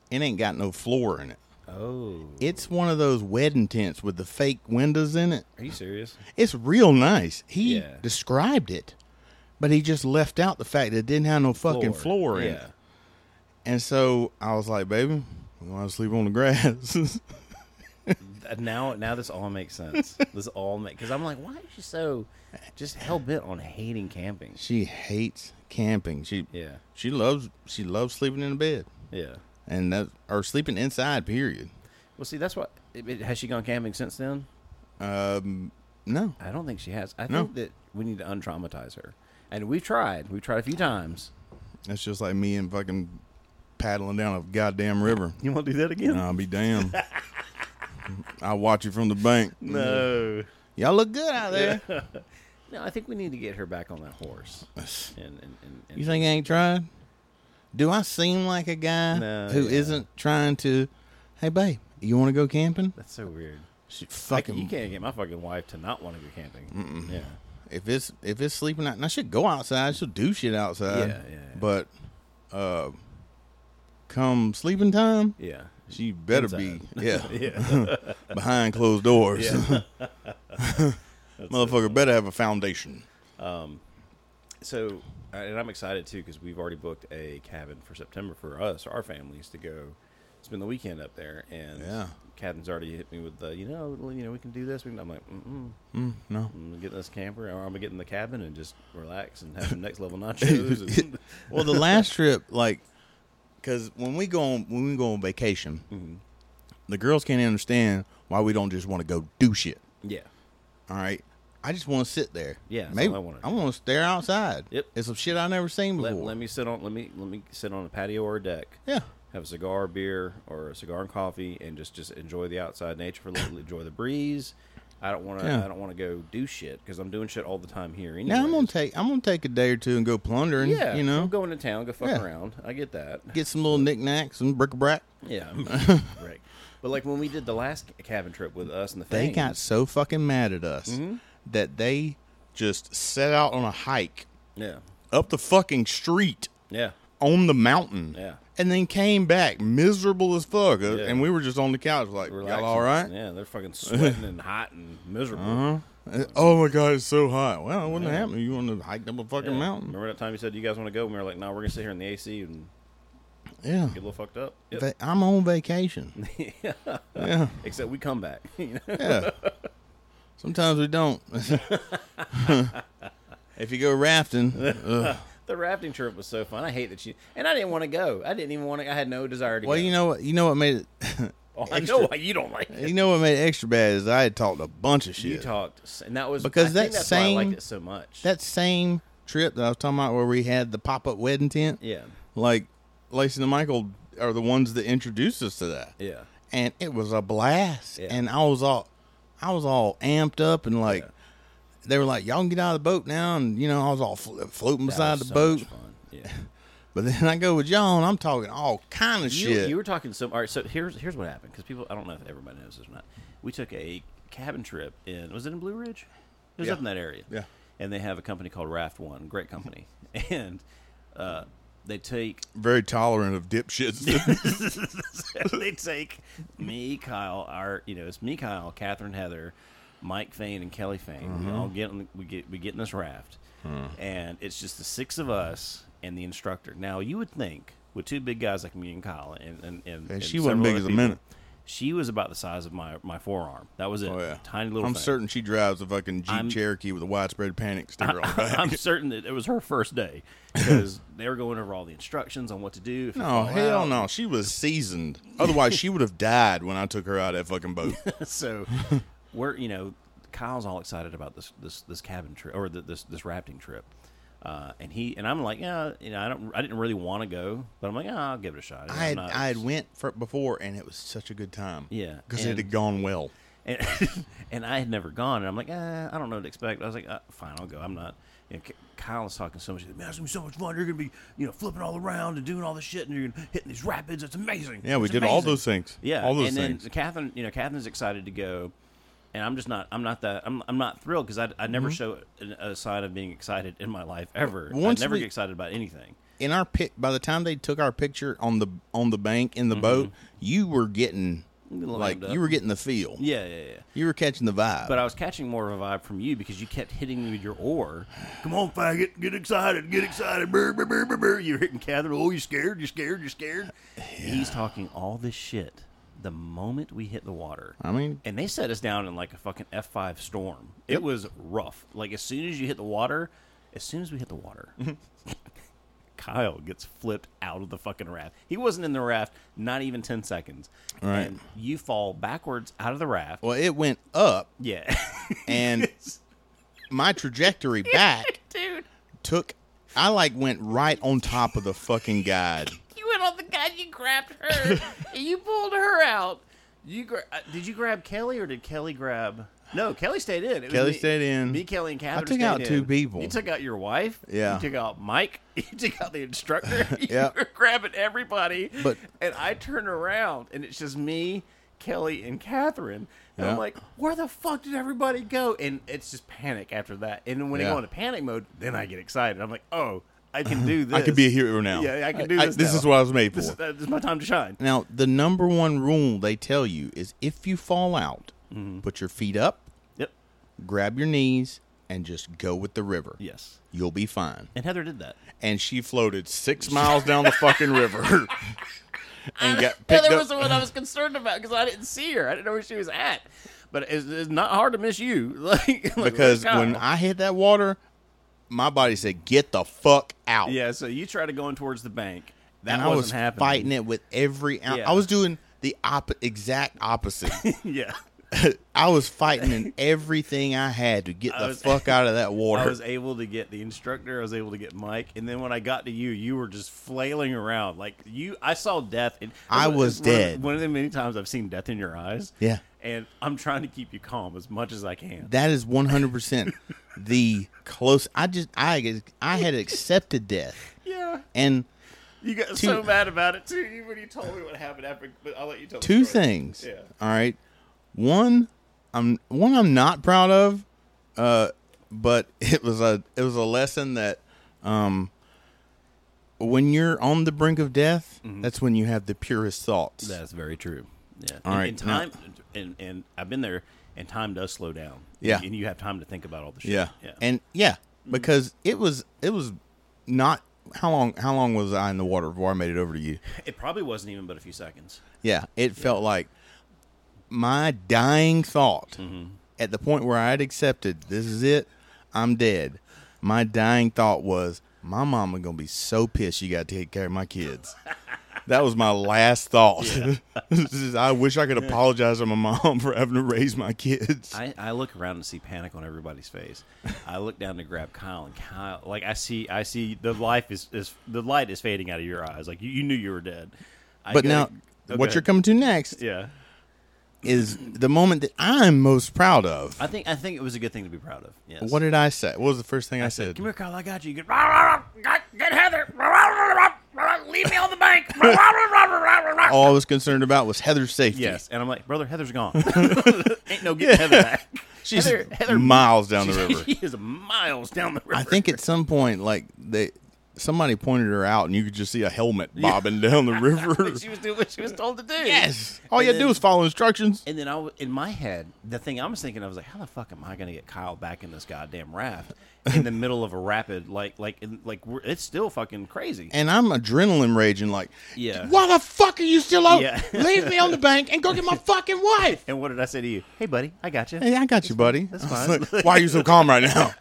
it ain't got no floor in it. Oh, It's one of those wedding tents with the fake windows in it. are you serious? It's real nice. He Yeah. described it, but he just left out the fact that it didn't have no fucking floor, in it. Yeah. And so I was like, baby, we want to sleep on the grass. Th- Now, now this all makes sense. this all makes because I'm like, why is she so just hell bent on hating camping? she hates camping. She Yeah. She loves she loves sleeping in a bed Yeah. and that or sleeping inside. Period. Well, see, that's what. It, it- has she gone camping since then? Um, no, I don't think she has. I No. think that we need to untraumatize her, and we've tried. We've tried a few times. that's just like me and fucking paddling down a goddamn river. You want to do that again? I'll be damned. I watch you from the bank. No. Y'all look good out there. No, I think we need to get her back on that horse. And, and, and, and You think I ain't tried? Do I seem like a guy No, who yeah. not trying to? Hey, babe, you want to go camping? that's so weird. She I can- fucking. you can't get my fucking wife to not want to go camping. Yeah. if it's if it's sleeping out, now she'll go outside. She'll do shit outside. Yeah, yeah, yeah. But, uh, come sleeping time, Yeah. she better Inside. be yeah Yeah. behind closed doors. Motherfucker better have a foundation. so, uh, and I'm excited too because we've already booked a cabin for September for us, our families, to go spend the weekend up there. And Yeah. Captain's already hit me with the, you know, well, you know, we can do this. We can. I'm like, mm-mm. Mm, No, I'm gonna get this camper, or I'm gonna get in the cabin and just relax and have some next level nachos. And, well the last trip like because when we go on when we go on vacation, Mm-hmm. the girls can't understand why we don't just want to go do shit. yeah. All right. I just want to sit there. Yeah, that's maybe all I wanna do. I want to stare outside. Yep. it's some shit I never seen before. Let, let me sit on let me let me sit on a patio or a deck. Yeah. Have a cigar, beer, or a cigar and coffee, and just just enjoy the outside nature for a little. enjoy the breeze. I don't want to. Yeah. I don't want to go do shit because I'm doing shit all the time here. Anyway. Now I'm gonna take I'm gonna take a day or two and go plundering. Yeah. you know, I'm going to town. Go fuck Yeah. around. I get that. get some little knickknacks and bric-a-brac. Yeah. right. But like when we did the last cabin trip with us and the They Fangs, got so fucking mad at us Mm-hmm. that they just set out on a hike yeah up the fucking street yeah on the mountain. Yeah. And then came back miserable as fuck, Uh, Yeah. and we were just on the couch like, Relaxing. "Y'all all right? Yeah, they're fucking sweating and hot and miserable. Uh, Oh my god, it's so hot. Well, it wouldn't happen. You want to hike up a fucking Yeah. mountain? Remember that time you said you guys want to go? And we were like, no, we're going to sit here in the AC and Yeah, get a little fucked up. Yep. Va- I'm on vacation. yeah, Except we come back. you know? Yeah. Sometimes we don't. if you go rafting, uh, ugh. The rafting trip was so fun. I hate that you. And I didn't want to go. I didn't even want to. I had no desire to well, go. you know what? You know what made it. Oh, I know why you don't like it. you know what made it extra bad is I had talked a bunch of shit. You talked. s- And that was. Because I that think that's why I liked same- it so much. that same trip that I was talking about where we had the pop up wedding tent. Yeah. Like Lacey and Michael are the ones that introduced us to that. Yeah. and it was a blast. Yeah. And I was all, I was all amped up and like, they were like, "Y'all can get out of the boat now," and you know, I was all flo- floating That beside the was so boat. much fun. Yeah. But then I go with John. I'm talking all kind of You, shit. you were talking so. All right. So here's here's what happened. Because people. I don't know if everybody knows this or not. We took a cabin trip in. Was it in Blue Ridge? It was Yeah. up in that area. Yeah. And they have a company called Raft One. Great company. and uh, they take Very tolerant of dipshits. they take me, Kyle, our you know, it's me, Kyle, Catherine, Heather, Mike Fain and Kelly Fain. Mm-hmm. We all get on the, we get we get in this raft, Hmm. and it's just the six of us and the instructor. Now you would think with two big guys like me and Kyle, and and and, And she wasn't several big other as a people, minute. She was about the size of my my forearm. That was it. Oh yeah, Tiny little. I'm thing. certain she drives a fucking Jeep I'm- Cherokee with a widespread panic sticker on the back. I'm certain that it was her first day because they were going over all the instructions on what to do. if you No, fall Oh, hell out. no. She was seasoned. Otherwise, she would have died when I took her out of that fucking boat. so we're you know Kyle's all excited about this this this cabin trip or the, this this rafting trip, uh, and he and I'm like yeah you know I don't I didn't really want to go but I'm like yeah, I'll give it a shot. I had I'm not- I had went for it before, and it was such a good time. Yeah, because it and- had gone well. and, and I had never gone. And I'm like, eh, I don't know what to expect. I was like, uh, fine, I'll go. I'm not. You know, K- Kyle was talking so much. he's like, Man, it's gonna be so much fun. You're gonna be, you know, flipping all around and doing all this shit, and you're gonna hitting these rapids. It's amazing. Yeah, we It's did all amazing." those things. Yeah, all those and things. then Catherine, you know, Catherine's excited to go, and I'm just not. I'm not that. I'm, I'm not thrilled because I, I never show a, a sign of being excited in my life ever. Once I never we- get excited about anything. in our pic, by the time they took our picture on the on the bank in the Mm-hmm. boat, you were getting little like amped up. you were getting the feel. Yeah, yeah, yeah. you were catching the vibe. But I was catching more of a vibe from you because you kept hitting me with your oar. Come on, faggot, get excited, get excited. Brr, brr, brr, brr, brr. You're hitting Catherine. Oh, you scared? You scared? You scared? He's talking all this shit the moment we hit the water. I mean, and they set us down in like a fucking F five storm. It was rough. Like as soon as you hit the water, as soon as we hit the water, Kyle gets flipped out of the fucking raft. He wasn't in the raft not even ten seconds. Right. And you fall backwards out of the raft. well, it went up, yeah. and my trajectory back, Dude, took. I like went right on top of the fucking guide. you went on the guy, you grabbed her, and you pulled her out. You gra- uh, did you grab Kelly or did Kelly grab? No, Kelly stayed in. It was Kelly me- stayed in. Me, Kelly, and Catherine. took stayed out in. two people. You took out your wife. Yeah. You took out Mike. You took out the instructor. You Yeah. were grabbing everybody. But- and I turn around and it's just me, Kelly, and Catherine. And Yeah. I'm like, where the fuck did everybody go? And it's just panic after that. And then when Yeah. you go into panic mode, then I get excited. I'm like, oh, I can do this. I could be a hero now. Yeah, I can do this. this now. is what I was made for. This is, uh, this is my time to shine. Now, the number one rule they tell you is if you fall out, Mm-hmm. put your feet up, Yep. grab your knees, and just go with the river. Yes. You'll be fine. And Heather did that. And she floated six miles down the fucking river and got picked Heather was up. the one I was concerned about because I didn't see her. I didn't know where she was at. But it's, it's not hard to miss you, like like, Because Kyle. when I hit that water, my body said, get the fuck out. yeah, so you try to go in towards the bank. That and I wasn't was happening. fighting it with every ounce. Yeah. I was doing the op- exact opposite. Yeah, I was fighting in everything I had to get I the was- fuck out of that water. I was able to get the instructor. I was able to get Mike, and then when I got to you, you were just flailing around like you. I saw death. And I was one of the- dead. One of the many times I've seen death in your eyes. Yeah. and I'm trying to keep you calm as much as I can. That is one hundred percent the close. I just I I had accepted death, yeah, and you got Two- so mad about it too you- when you told me what happened after. But I'll let you tell the two story. things. Yeah. All right, one I'm one I'm not proud of, uh, but it was a it was a lesson that um, when you're on the brink of death, that's when you have the purest thoughts. That's very true. Yeah. All and, right, and now- time and and I've been there and time does slow down. Yeah. And you have time to think about all the shit. yeah. Yeah. and yeah, because it was it was not how long how long was I in the water before I made it over to you. it probably wasn't even but a few seconds. Yeah, it felt like my dying thought Mm-hmm. at the point where I had accepted this is it, I'm dead. My dying thought was my mama gonna be so pissed you got to take care of my kids. that was my last thought. This is- I wish I could apologize to my mom for having to raise my kids. I, I look around and see panic on everybody's face. I look down to grab Kyle and Kyle like I see I see the life is, is the light is fading out of your eyes. Like you, you knew you were dead. I but go now, to- oh, go what you're ahead. coming to next Yeah. is the moment that I'm most proud of. I think I think it was a good thing to be proud of. Yes. What did I say? What was the first thing I, said, said? Come here, Kyle, I got you. You get Get Heather. Leave me on the bank. All I was concerned about was Heather's safety. Yes. And I'm like, brother, Heather's gone. Ain't no getting Heather back. She's Heather- Heather- miles down the river. she is miles down the river. I think at some point, like they, somebody pointed her out, and you could just see a helmet bobbing down the river. she was doing what she was told to do. yes, all And you had to do then- is follow instructions. And then I, w- in my head, the thing I was thinking, I was like, how the fuck am I going to get Kyle back in this goddamn raft in the middle of a rapid? Like, like, in, like we're, it's still fucking crazy. And I'm adrenaline raging, like, Yeah. Why the fuck are you still out? Yeah. Leave me on the bank and go get my fucking wife. And what did I say to you? Hey, buddy, I got you. Hey, I got you, buddy. That's I was fine. like, Why are you so calm right now?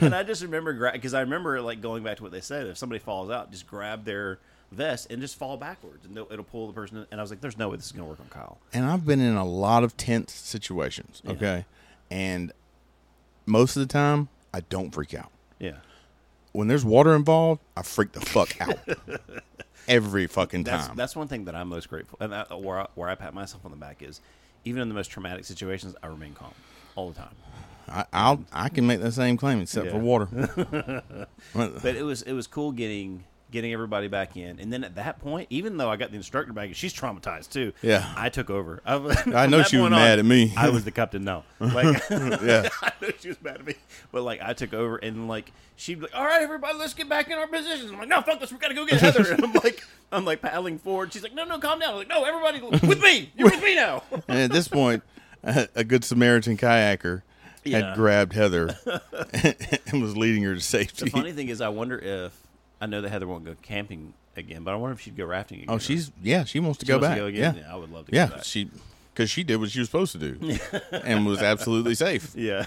and I just remember because I remember like going back to what they said. If somebody falls out, just grab their vest and just fall backwards, and they'll- it'll pull the person. in. And I was like, "There's no way this is gonna work on Kyle." and I've been in a lot of tense situations, okay? And most of the time, I don't freak out. Yeah, When there's water involved, I freak the fuck out. Every fucking that's time. that's one thing that I'm most grateful, and I, where I, where I pat myself on the back is, even in the most traumatic situations, I remain calm all the time. I, I'll I can make that same claim except for Yeah. water. But it was it was cool getting getting everybody back in, and then at that point, even though I got the instructor back, and she's traumatized too. Yeah. I took over. I, was- I from know that she was point on, mad at me. I was the captain now. Like, Yeah. I know she was mad at me, but like I took over, and like she'd be like, "All right, everybody, let's get back in our positions." I'm like, "No, fuck this, we gotta go get Heather." And I'm like, I'm like paddling forward. She's like, "No, no, calm down." I'm like, "No, everybody, with me, you're with me now." and at this point, a, a good Samaritan kayaker Yeah. had grabbed Heather and was leading her to safety. The funny thing is, I wonder if I know that Heather won't go camping again, but I wonder if she'd go rafting again. oh, or- she's yeah, she wants to She go wants to back. go again? Yeah. Yeah, I would love to go Yeah, back. she because she did what she was supposed to do and was absolutely safe. yeah.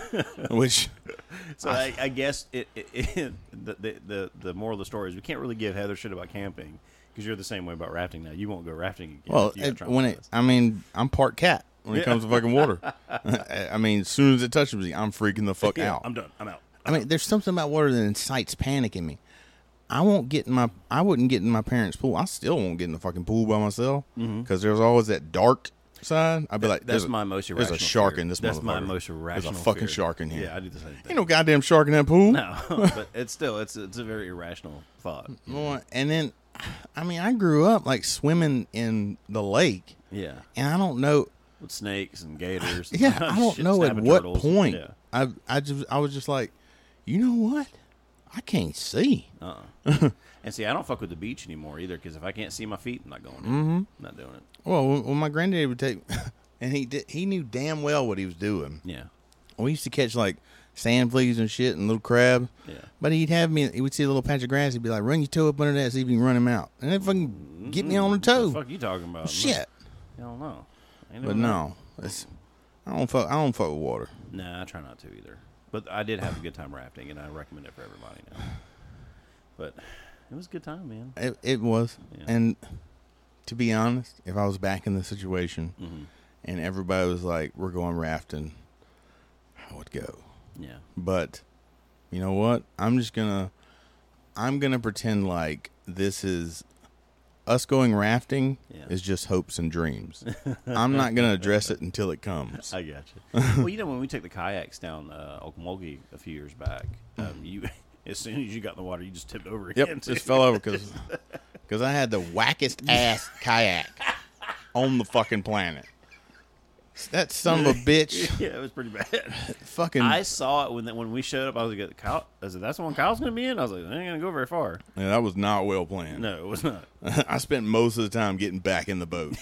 Which So I, I guess it, it, it the, the the the moral of the story is we can't really give Heather shit about camping because you're the same way about rafting now. You won't go rafting again. Well, if you got it, traumatized. when it, I mean, I'm part cat when it comes to fucking water. I I mean, as soon as it touches me, I'm freaking the fuck yeah, out. I'm done. I'm out. I mean, there's something about water that incites panic in me. I won't get in my, I wouldn't get in my parents' pool. I still won't get in the fucking pool by myself because there's always that dark side. I'd be like, Mm-hmm. That's there's a- my most irrational. There's a shark fear. in this. That's my motherfucker. most irrational. There's a fucking fear. shark in here. Yeah, I do the same thing. Ain't no goddamn shark in that pool. no, but it's still it's it's a very irrational thought. Well, And then, I mean, I grew up like swimming in the lake, Yeah, and I don't know. with snakes and gators. and Yeah, I don't shit, know at snapping what turtles. point. Yeah. I I just I was just like, you know what? I can't see. And see, I don't fuck with the beach anymore either because if I can't see my feet, I'm not going. In. Mm-hmm. Not doing it. Well, when- when my granddaddy would take, and he did, he knew damn well what he was doing. Yeah, We used to catch like sand fleas and shit and little crab. Yeah. But he'd have me. He would see a little patch of grass. He'd be like, "Run your toe up under that, see if you can run him out." And then fucking get me on the what the toe. Mm-hmm. fuck you talking about? Shit. I don't know. I ain't But doing that. no, it's, I don't fuck. I don't fuck with water. Nah, I try not to either. But I did have a good time rafting, and I recommend it for everybody now. But it was a good time, man. It, it was. Yeah. And to be honest, if I was back in the situation Mm-hmm. and everybody was like, we're going rafting, I would go. Yeah, But you know what? I'm just going to I'm going to pretend like this is us going rafting Yeah. is just hopes and dreams. I'm not going to address it until it comes. I got you. well, you know when we took the kayaks down uh, Okmulgee a few years back, um, you as soon as you got in the water, you just tipped over again. Mm. Yep, just fell over cuz cuz I had the wackest ass kayak on the fucking planet. That son of a bitch. yeah, it was pretty bad. fucking I saw it when the, when we showed up. I was like, Kyle, I said, "That's the one Kyle's going to be in." I was like, "I ain't going to go very far." yeah, that was not well planned. No, it was not. I spent most of the time getting back in the boat.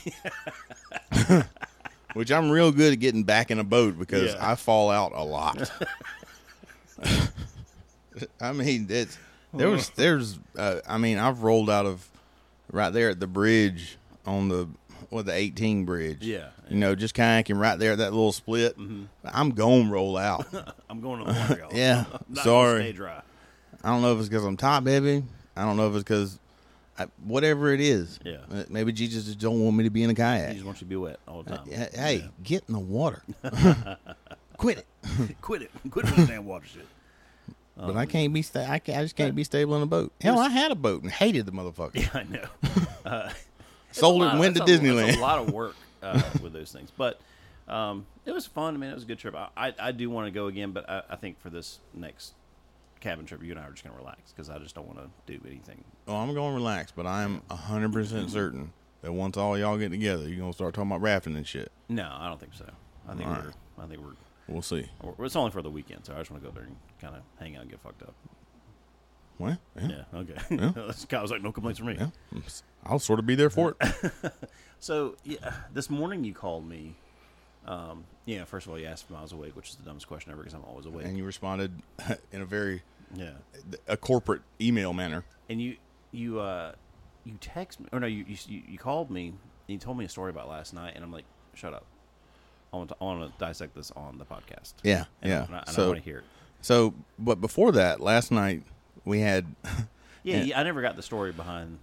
Which I'm real good at getting back in a boat because Yeah. I fall out a lot. I mean, it's there was there's uh, I mean, I've rolled out of right there at the bridge on the what the 18 bridge. Yeah. Mm-hmm. You know, just kayaking right there at that little split. I'm going to roll out. I'm going to the water. y'all. Yeah, I'm not gonna sorry. Stay dry. I don't know if it's because I'm top heavy. I don't know if it's because whatever it is. Yeah. Uh, Maybe Jesus just don't want me to be in a He kayak. just wants you to be wet all the time. Hey, hey, get in the water. Quit it. Quit it. Quit with the damn water shit. Oh, but I can't be. Sta- I, can I just can't be stable in a boat. Hell, I had a boat and hated the motherfucker. I know. Sold it lot- and went to that's a- that's Disneyland. A lot of work uh, with those things, but um, it was fun. I mean, it was a good trip. I, I, I do want to go again, but I, I think for this next cabin trip, you and I are just going to relax because I just don't want to do anything. Well, Oh, I'm going to relax, but I'm hundred percent certain that once all y'all get together, you're gonna start talking about rafting and shit. No, I don't think so. I think Alright. we're. I think we're. We'll see. Or, it's only for the weekend, so I just want to go up there and kind of hang out and get fucked up. Well, yeah, Yeah. Okay. I was like, no complaints from me. yeah. I'll sort of be there for it. So yeah, this morning you called me. Um, yeah. First of all, you asked if I was awake, which is the dumbest question ever because I'm always awake. and you responded in a very yeah. a corporate email manner. And you you uh you text me or no you you you called me and you told me a story about last night and I'm like, shut up. I want to, I want to dissect this on the podcast. Yeah, And I- yeah. And I, and I So- want to hear it. So, but before that, last night we had Yeah, yeah, I never got the story behind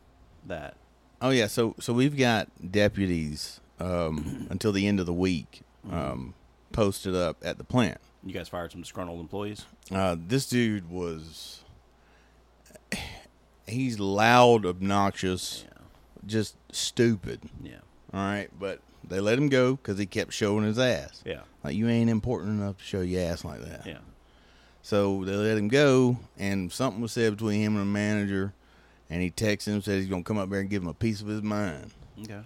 that. Oh yeah, so so we've got deputies um, until the end of the week um, posted up at the plant. You guys fired some disgruntled employees. Uh, this dude was he's loud, obnoxious, just stupid. Yeah. All right, but they let him go because he kept showing his ass. Yeah. Like you ain't important enough to show your ass like that. Yeah. So they let him go, and something was said between him and the manager, and he texted him said he's gonna come up there and give him a piece of his mind. Okay.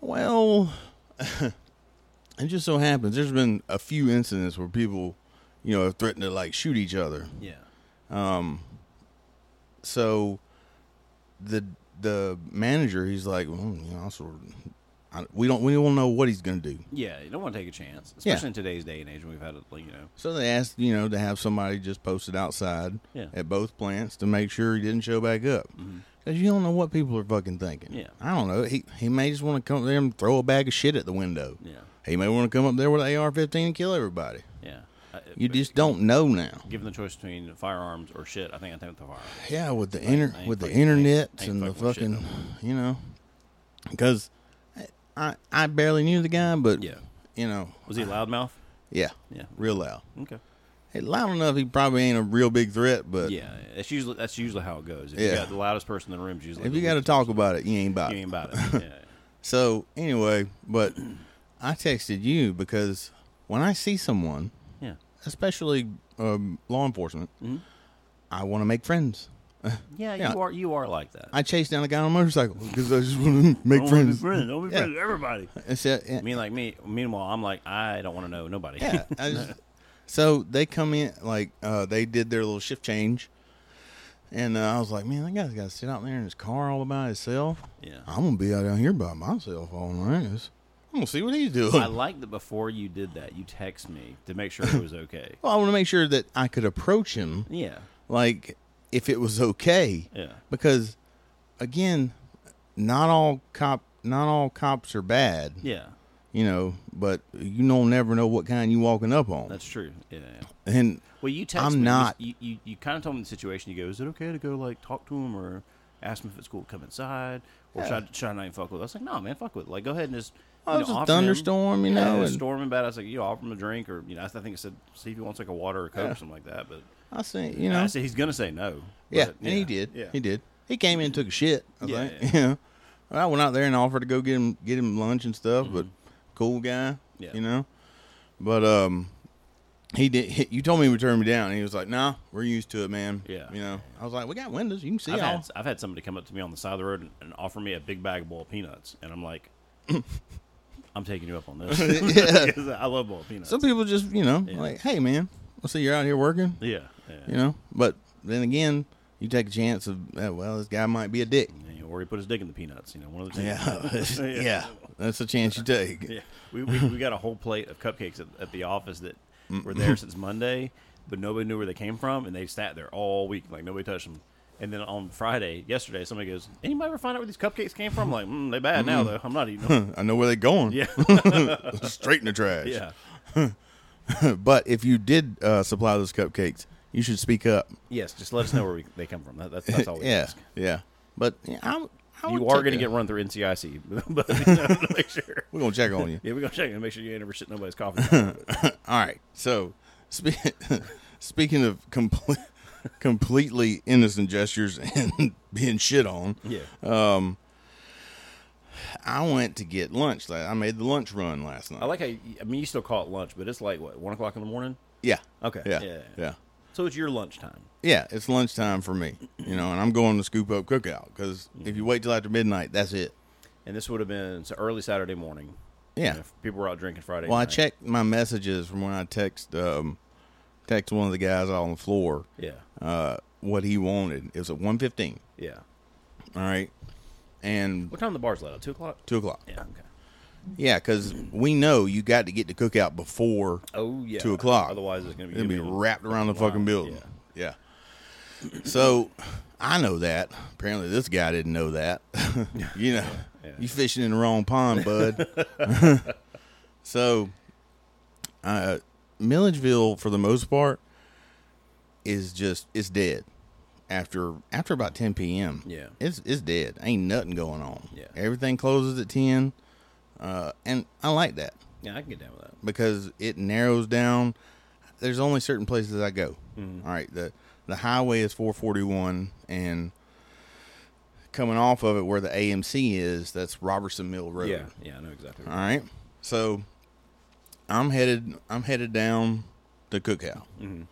Well, it just so happens there's been a few incidents where people, you know, have threatened to like shoot each other. Yeah. So the the manager, he's like, well, you know, I'll sort of, I, we don't we don't know what he's gonna do. Yeah. You don't want to take a chance, Yeah. especially in today's day and age when we've had, like, you know, So they asked, you know, to have somebody just posted outside Yeah. Mm-hmm. at both plants to make sure he didn't show back up. Because you don't know what people are fucking thinking. Yeah. I don't know. He he may just want to come up there and throw a bag of shit at the window. Yeah. He may want to come up there with an AR-15 and kill everybody. yeah. I- You but just don't know now. given the choice between firearms or shit, I think I think the firearms. Yeah, with the inter- I ain't with the fucking- I ain't- internet I ain't and the fucking with shit fucking, you know, because I, I I barely knew the guy, but Yeah. you know, Was he loudmouth? yeah, Yeah. real loud. Okay. Hey, loud enough, he probably ain't a real big threat, but Yeah, that's usually that's usually how it goes. If you Yeah. got the loudest person in the room, is usually if you the got to weakest. talk about it, you ain't about you it. ain't about it. Yeah. So anyway, but I texted you because when I see someone, Yeah. especially um, law enforcement, Mm-hmm. I want to make friends. Yeah, Yeah. you are you are like that. I chased down a guy on a motorcycle because I just want to make friends. friends. Don't be Yeah. friends with everybody. It's a- I mean, like me. Meanwhile, I'm like, I don't want to know nobody. Yeah. I just, so they come in like uh, they did their little shift change, and uh, I was like, man, that guy's got to sit out there in his car all by himself. Yeah. I'm gonna be out down here by myself all night. I'm gonna see what he's doing. I like that. Before you did that, you text me to make sure it was okay. well, I want to make sure that I could approach him yeah. like if it was okay. Yeah. Because again, not all cop, not all cops are bad. Yeah. You know, but you don't never know what kind you walking up on. That's true. Yeah. yeah. and Well, you text I'm me, you not- just- You, you, you kind of told me the situation. You go, is it okay to go like talk to him or ask him if it's cool to come inside or should, I, should I not even fuck with? Him? I was like, no, man, fuck with. it. Like, go ahead and just. Oh, you it's know, a offer him- thunderstorm, you Yeah, know, it was and- storming bad. I was like, you offer him a drink or you know, I think it said see if he wants like a water or a coke or something like that. But I say, you I know, said he's gonna say no. Yeah, but, and he did. Yeah, He did. He came in and took a shit. I Yeah, think. Yeah. I went out there and offered to go get him get him lunch and stuff, but cool guy. Mm-hmm. Yeah. You know. But um he did he, you told me he would turn me down and he was like, Nah, we're used to it, man. Yeah. You know. I was like, We got windows, you can see I've all had I've had somebody come up to me on the side of the road and, and offer me a big bag of boiled peanuts, and I'm like, I'm taking you up on this. 'Cause I love boiled peanuts. some people just, you know, like, Hey man, I see you're out here working. yeah, yeah. You know? But then again, you take a chance of uh, well, this guy might be a dick. You know, or he put his dick in the peanuts. You know, one of the two. Yeah. yeah. That's a chance you take. Yeah. We, we, we got a whole plate of cupcakes at, at the office that were there since Monday, but nobody knew where they came from, and they sat there all week. Like, nobody touched them. And then on Friday, yesterday, somebody goes, anybody ever find out where these cupcakes came from? I'm like, mm, they bad now, though. I'm not eating them. I know where they're going. yeah. Straight in the trash. yeah. But if you did uh, supply those cupcakes, you should speak up. Yes, just let us know where we, they come from. That, that's, that's all we yeah, ask. yeah. But yeah, I, would- I Oh, You would are take going to a- get run through NCIC, but you know, to make sure. We're gonna check on you. Yeah, we're going to check and make sure you ain't ever shit nobody's coffee. All right. So, spe- speaking of complete, completely innocent gestures and being shit on, yeah. I went to get lunch. Like, I made the lunch run last night. I like how, you, I mean, you still call it lunch, but it's like, what, 1 o'clock in the morning? yeah. Okay. Yeah. Yeah. Yeah. yeah. So it's your lunchtime. it's lunchtime for me, you know, and I'm going to scoop up cookout because if you wait till after midnight, that's it. and this would have been so early Saturday morning. Yeah. And if people were out drinking Friday. Well, I night. checked my messages from when I text um, text one of the guys out on the floor. Yeah, Uh, what he wanted. It was at one fifteen. Yeah. All right, and What time the bars let out? Two o'clock. two o'clock. Yeah. Okay. Yeah, because we know you got to get the cookout before Oh yeah. two o'clock. Otherwise, it's gonna be it'll be humid. wrapped around the fucking line, building. Yeah. So I know that. Apparently, this guy didn't know that. you know, you fishing in the wrong pond, bud. so, uh, Milledgeville, for the most part, is just it's dead after after about 10 p.m. Yeah. it's it's dead. Ain't nothing going on. Yeah. everything closes at 10, uh, and I like that Yeah, I can get down with that. because it narrows down. There's only certain places I go. Mm-hmm. All right, the the highway is 441, and coming off of it where the AMC is, that's Robertson Mill Road. Yeah. Yeah, I know exactly. All right, so I'm headed I'm headed down to Cookout, Mm-hmm.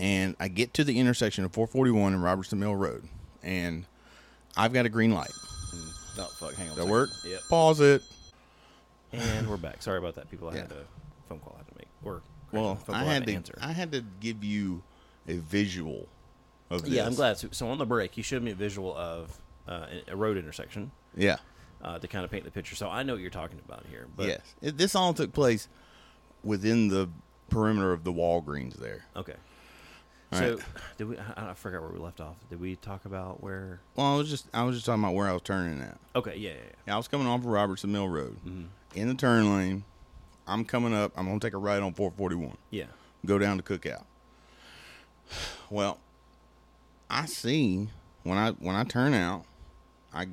and I get to the intersection of 441 and Robertson Mill Road, and I've got a green light. Oh fuck, hang on. That a second. work? Yep. Pause it. And we're back. Sorry about that, people. I had Yeah. a phone call I had to make. Or Well, phone call I had to answer. I had to give you a visual of this. yeah, I'm glad. So, so on the break, you showed me a visual of uh, a road intersection Yeah, uh, to kind of paint the picture. So I know what you're talking about here. But yes. It, this all took place within the perimeter of the Walgreens there. Okay. All so right. did we? I, I forgot where we left off. Did we talk about where? Well, I was just I was just talking about where I was turning at. Okay. Yeah. Yeah. Yeah, I was coming off of Robertson Mill Road Mm-hmm. in the turn lane. I'm coming up. I'm gonna take a right on 441. Yeah. Go down to Cookout. Well, I see when I when I turn out, I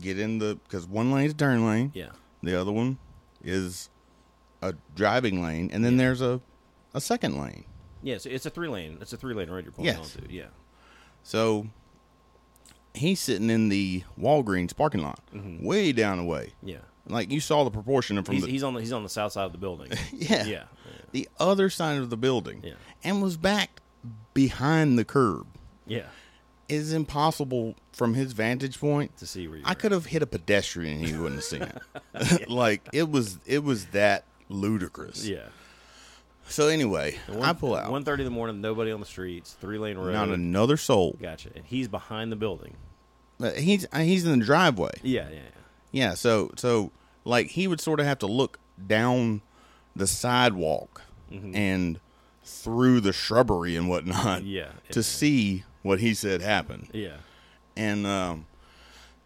get in the because one lane's a turn lane. Yeah. The other one is a driving lane, and then there's a a second lane. Yeah. So it's a three lane. It's a three lane road. You're pointing Yes. onto. Yeah. So he's sitting in the Walgreens parking lot, way down the way. Yeah. Like you saw the proportion from Mm-hmm. He's, the he's on the he's on the south side of the building. yeah, Yeah. Yeah. the other side of the building, Yeah. and was backed behind the curb. Yeah. It is impossible from his vantage point To see where you I were. could have hit a pedestrian and he wouldn't have seen it. like it was it was that ludicrous. Yeah. So anyway, I pull out. One thirty in the morning. Nobody on the streets. Three lane road. Not another soul. Gotcha. And he's behind the building. Uh, He's uh, he's in the driveway. Yeah, yeah, yeah. Yeah, so so like he would sort of have to look down the sidewalk Mm-hmm. and through the shrubbery and whatnot Yeah. to see what he said happened. Yeah. And um,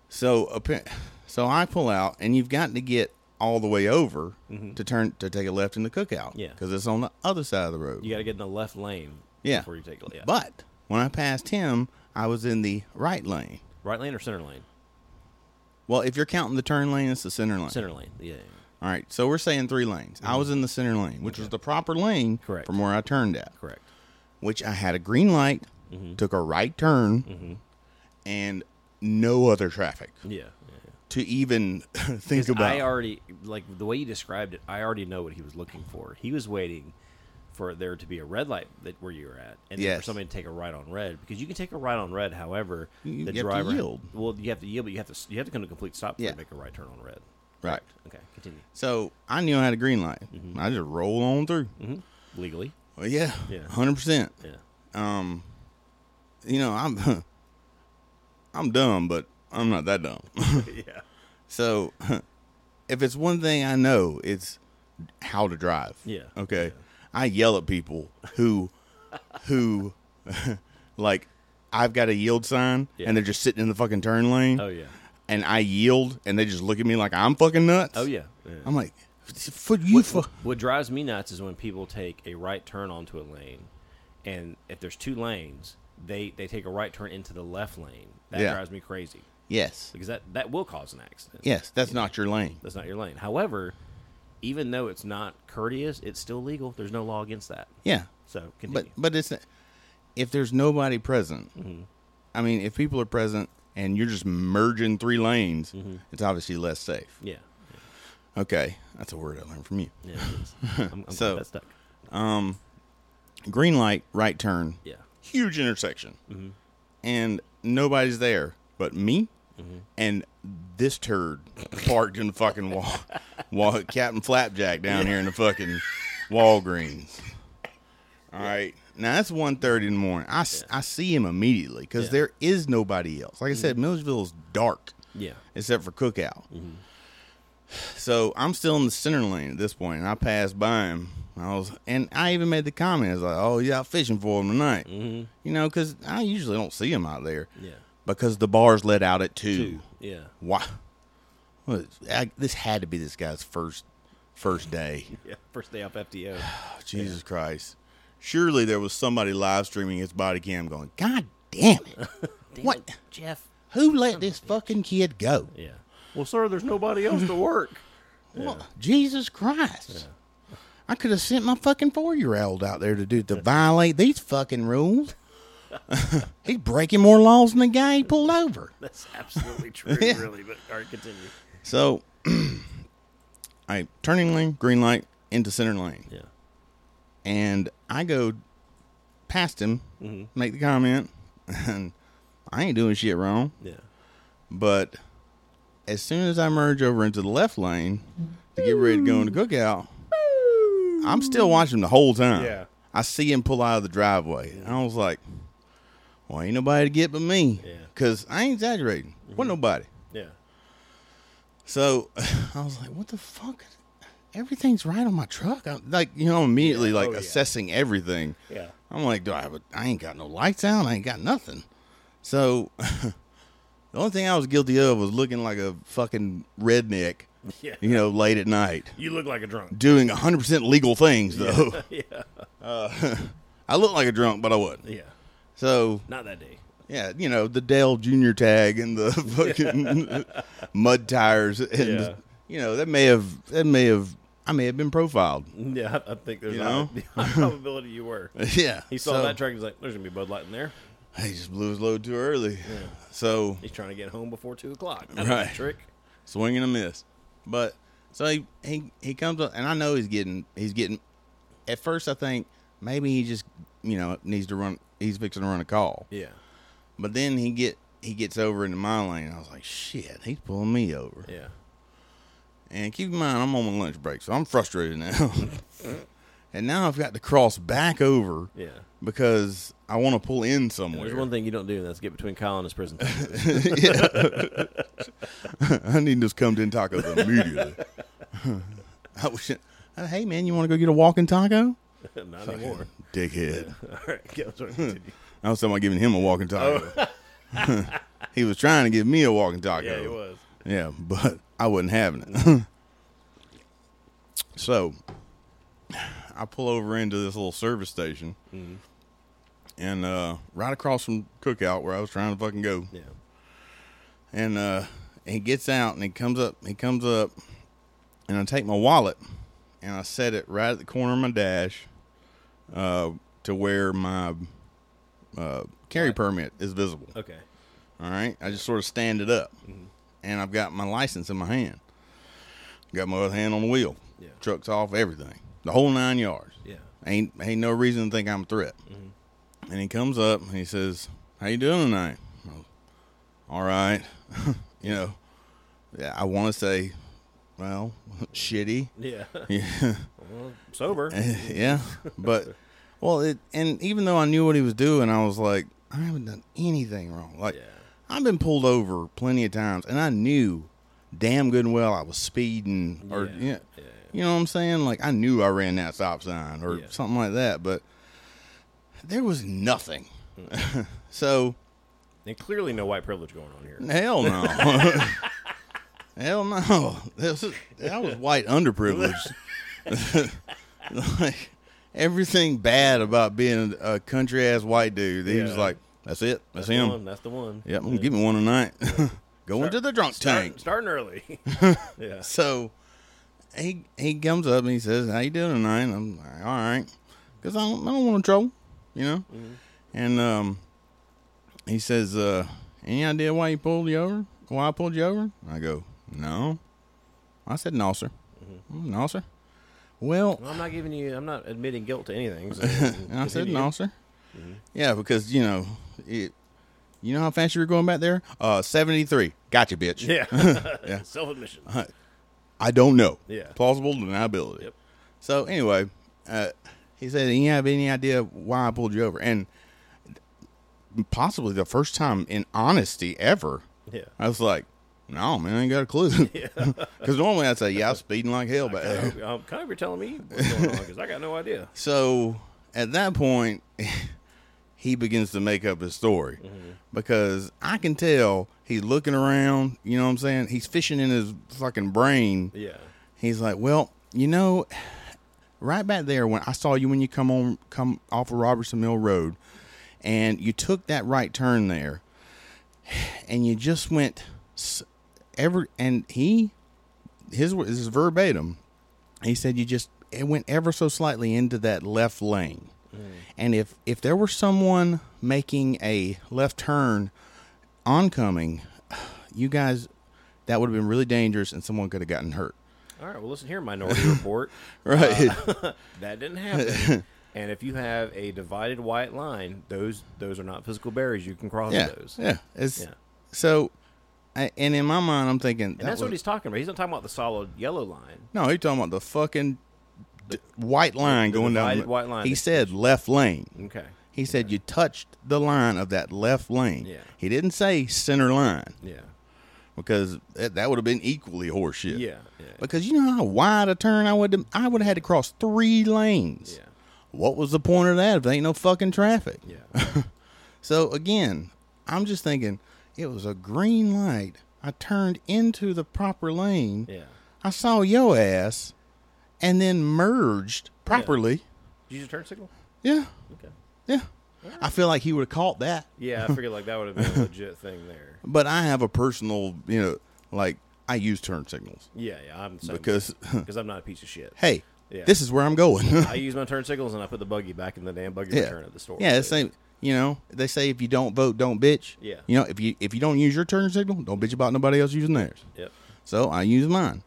so appa- so I pull out, and you've got to get all the way over to turn to take a left in the cookout. Mm-hmm. Yeah. because it's on the other side of the road. You got to get in the left lane yeah. before you take yeah. But when I passed him, I was in the right lane. right lane or center lane? Well, if you're counting the turn lane, it's the center lane. Center lane. Yeah. yeah, yeah. All right, so we're saying three lanes. I was in the center lane, which was the proper lane Correct. from where I turned at, Correct. Mm-hmm. which I had a green light, took a right turn, and no other traffic Yeah. yeah, yeah. to even think 'Cause about. I already like the way you described it. I already know what he was looking for. He was waiting for there to be a red light that where you were at, and then for Yes. somebody to take a right on red because you can take a right on red. However, You- the you have to driver yield. well, you have to yield, but you have to s- you have to come to a complete stop before Yeah. you make a right turn on red. right. Okay, continue So I knew I had a green light. Mm-hmm. I just roll on through. legally. Well, yeah, Mm-hmm. Yeah. hundred percent. Yeah. You know, I'm I'm dumb, but I'm not that dumb. yeah. So, if it's one thing I know, it's how to drive. Yeah. Okay. I yell at people who, who, like, I've got a yield sign Yeah. and they're just sitting in the fucking turn lane. Oh yeah. And I yield and they just look at me like I'm fucking nuts. Oh yeah. yeah. I'm like, for you, fu-" What drives me nuts is when people take a right turn onto a lane, and if there's two lanes, they they take a right turn into the left lane. That Yeah. drives me crazy yes, because that that will cause an accident. yes, that's not your lane. that's not your lane. However, even though it's not courteous, it's still legal. There's no law against that. Yeah. So But continue. but it's if there's nobody present. I mean, if people are present and you're just merging three lanes, it's obviously less safe. yeah. Okay, that's a word I learned from you. Yeah. it is. I'm, I'm So- glad that stuck. Green light, right turn. Yeah. Huge intersection, and nobody's there but me and this turd parked in the fucking wall, wall Captain Flapjack down here in the fucking Walgreens. All right, Now that's 1.30 in the morning. I, s- I see him immediately because there is nobody else. Like I said, Millersville's dark Yeah. except for Cookout. So I'm still in the center lane at this point, and I passed by him. and I was, and I even made the comment, I was like, "Oh, yeah, out fishing for him tonight," you know, because I usually don't see him out there. Yeah. because the bars let out at two. Yeah. Why? Well, I, this had to be this guy's first first day. Yeah. First day off FTO. Oh, Jesus Christ! Surely there was somebody live streaming his body cam, going, "God damn it! what? Jeff. Who let this fucking kid go?" Yeah. Well, sir, there's nobody else to work. Well, Jesus Christ. I could have sent my fucking four year old out there to do to violate these fucking rules. He's breaking more laws than the guy he pulled over. That's absolutely true, Yeah. really. But all right, continue. So I turning lane, green light, into center lane. Yeah. And I go past him, make the comment, and I ain't doing shit wrong. Yeah. But as soon as I merge over into the left lane to get ready to go into cookout, I'm still watching the whole time. Yeah. I see him pull out of the driveway. And I was like, well, ain't nobody to get but me. Yeah. Mm-hmm. Because I ain't exaggerating. What nobody? Yeah. So I was like, what the fuck? Everything's right on my truck. I'm like, you know, immediately like Oh, yeah. assessing everything. Yeah. I'm like, do I have a, I ain't got no lights out. I ain't got nothing. So the only thing I was guilty of was looking like a fucking redneck, Yeah. you know, late at night, You look like a drunk. doing 100% legal things, though. Uh, Yeah. I looked like a drunk, but I wasn't. Yeah. So, Not that day. yeah, you know, the Dale Jr. tag and the fucking mud tires. And, Yeah. you know, that may have, that may have, I may have been profiled. Yeah, I, I think there's You a know? high probability you were. Yeah. He saw So, that truck and was like, "There's gonna be Bud Light in there." He just blew his load too early. So, He's trying to get home before two o'clock. That's Right. a trick. swing and a miss. But so he, he he comes up, and I know he's getting he's getting. At first, I think maybe he just you know needs to run. He's fixing to run a call, Yeah. but then he get he gets over into my lane. I was like, shit, he's pulling me over. Yeah. And keep in mind, I'm on my lunch break, so I'm frustrated now. and now I've got to cross back over Yeah. because I want to pull in somewhere. There's one thing you don't do, and that's get between Kyle and his prison. sentence. I need those come in tacos immediately. I wish. uh, hey man, you want to go get a walking taco? Not anymore. Dickhead. All right. go, sorry, continue. I was talking about giving him a walking taco. he was trying to give me a walking taco. Oh. yeah, he was. Yeah, but I wasn't having it. so I pull over into this little service station, and uh, right across from Cookout where I was trying to fucking go. Yeah. and uh he gets out and he comes up he comes up and i take my wallet and i set it right at the corner of my dash uh to where my uh carry permit is visible Okay. all right i just sort of stand it up Mm-hmm. and i've got my license in my hand got my other hand on the wheel Yeah. trucks off everything the whole nine yards Yeah. ain't ain't no reason to think I'm a threat. Mm-hmm. And he comes up and he says, "How you doing tonight?" I was, All right, you know, yeah, I want to say, well, shitty, Yeah. yeah, Eh. Well, sober. yeah, but well, it and even though I knew what he was doing, I was like, I haven't done anything wrong. Like, Yeah. I've been pulled over plenty of times, and I knew damn good and well I was speeding or Yeah, yeah, yeah. you know what I'm saying? Like I knew I ran that stop sign or Yeah. something like that, but there was nothing. Mm. so And clearly no white privilege going on here. hell no. hell no. This is, I was white underprivileged. like everything bad about being a country ass white dude. He was Yeah. like, That's it. That's, That's the him. one. That's the one. Yep, I'm gonna give me one tonight. Go into the drunk tank. Start, starting early. yeah. So he he comes up and he says, "How you doing tonight?" And I'm like, "All right," because I don't, I don't want to trouble, you know. And um, he says, uh, "Any idea why you pulled you over? Why I pulled you over?" And I go, "No." I said, "No, sir." "Mm, No, sir. Well, Well, I'm not giving you. I'm not admitting guilt to anything. So and and I said, "No, sir." Yeah, because you know, it, you know how fast you were going back there. Uh, seventy-three. Gotcha, bitch. Yeah. Self admission. I don't know. Yeah. Plausible deniability. Yep. So anyway, uh, He said, "You have any idea why I pulled you over?" And possibly the first time in honesty ever, Yeah. I was like, "No, man, I ain't got a clue." Because normally I say, "Yeah, I'm speeding like hell," but Um, kind of you're telling me what's going on because I got no idea. So at that point, he begins to make up his story because I can tell he's looking around. You know what I'm saying? He's fishing in his fucking brain. Yeah. He's like, well, you know, right back there when I saw you when you come on come off of Robertson Mill Road, and you took that right turn there, and you just went s- ever and he his wo- this is verbatim. He said you just it went ever so slightly into that left lane, and if if there were someone making a left turn oncoming, you guys that would have been really dangerous, and someone could have gotten hurt. All right. Well, listen here, Minority Report. Uh, Right. That didn't happen. and if you have a divided white line, those those are not physical barriers. You can cross yeah. those. Yeah. It's, Yeah. So, I, and in my mind, I'm thinking And that's what he's talking about. He's not talking about the solid yellow line. No, he's talking about the fucking d- white line the going down. divided the- white line. He said left lane. Okay. He said you touched the line of that left lane. Yeah. He didn't say center line Yeah. because that, that would have been equally horseshit. Yeah, yeah. Because you know how wide a turn I would I would have had to cross three lanes. Yeah. What was the point of that if there ain't no fucking traffic? Yeah. So again, I'm just thinking it was a green light. I turned into the proper lane. Yeah. I saw yo ass and then merged properly. Did you use a turn signal? Yeah. Okay. Yeah. I feel like he would have caught that. Yeah, I figured like that would have been a legit thing there. But I have a personal, you know, like I use turn signals Yeah, yeah, I'm saying because because I'm not a piece of shit. hey, Yeah. this is where I'm going. I use my turn signals and I put the buggy back in the damn buggy yeah. return at the store. Yeah, it's So- same, you know, they say if you don't vote, don't bitch. Yeah. You know, if you if you don't use your turn signal, don't bitch about nobody else using theirs. Yep. So I use mine.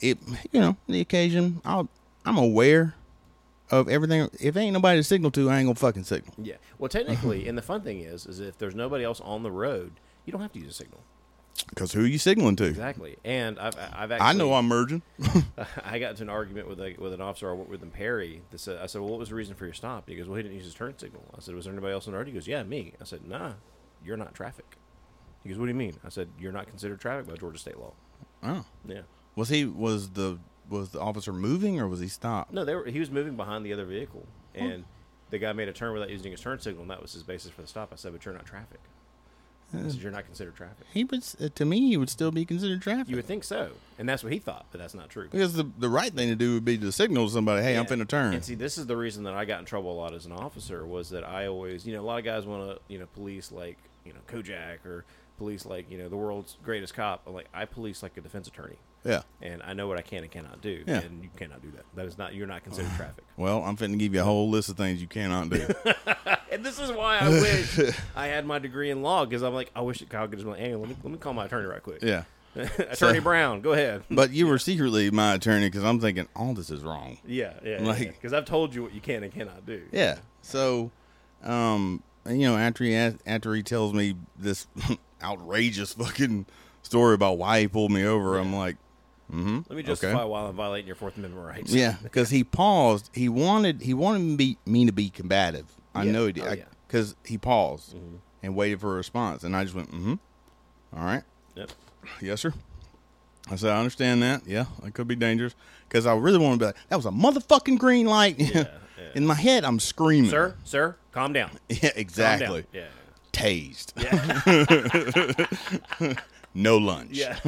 It you know, the occasion I'll I'm aware of everything. If ain't nobody to signal to, I ain't gonna fucking signal. Yeah. Well, technically, and the fun thing is, is if there's nobody else on the road, you don't have to use a signal. Cause who you signaling to? Exactly. And I've I've actually I know I'm merging. I got into an argument with a, with an officer I worked with in Perry. That said, I said, "Well, what was the reason for your stop?" He goes, "Well, he didn't use his turn signal." I said, "Was there anybody else on the road?" He goes, "Yeah, me." I said, "Nah, you're not traffic." He goes, "What do you mean?" I said, "You're not considered traffic by Georgia state law." Oh. Yeah. Was he was the was the officer moving or was he stopped? No, they were, he was moving behind the other vehicle, and the guy made a turn without using his turn signal, and that was his basis for the stop. I said, "But you're not traffic." I said, "You're not considered traffic." He was uh, to me he would still be considered traffic. You would think so, and that's what he thought, but that's not true. because the, the right thing to do would be to signal to somebody, hey, I'm Yeah. e finna turn. And see, this is the reason that I got in trouble a lot as an officer was that I always, you know, a lot of guys want to, you know, police like, you know, Kojak or police like, you know, the world's greatest cop. But, Like I police like a defense attorney, Yeah. and I know what I can and cannot do, Yeah. and you cannot do that. That is not you're not considered traffic. Well, I'm finna give you a whole list of things you cannot do. And this is why I wish I had my degree in law because I'm like, I wish that Kyle could just be like, hey, let me let me call my attorney right quick. yeah. attorney Brown, go ahead. But you were secretly my attorney because I'm thinking all this is wrong. Yeah, yeah, Like- because I've told you what you can and cannot do. Yeah. So, um, and, you know, after he asked, after he tells me this outrageous fucking story about why he pulled me over, I'm like, Let me justify while I'm violating your Fourth Amendment rights. Yeah, because he paused. He wanted he wanted me, be- me to be combative. I Yeah. know he did. Oh, I- yeah. Mm-hmm. Cause he paused and waited for a response, and I just went, "Mm-hmm, all right, Yep. yes, sir." I said, "I understand that. Yeah, that could be dangerous." Because I really want to be like, "That was a motherfucking green light." yeah. In my head, I'm screaming, Sir, sir, calm down. Yeah, Calm down. Hmm. exactly. Yeah. Tased. Yeah. No lunch. yeah.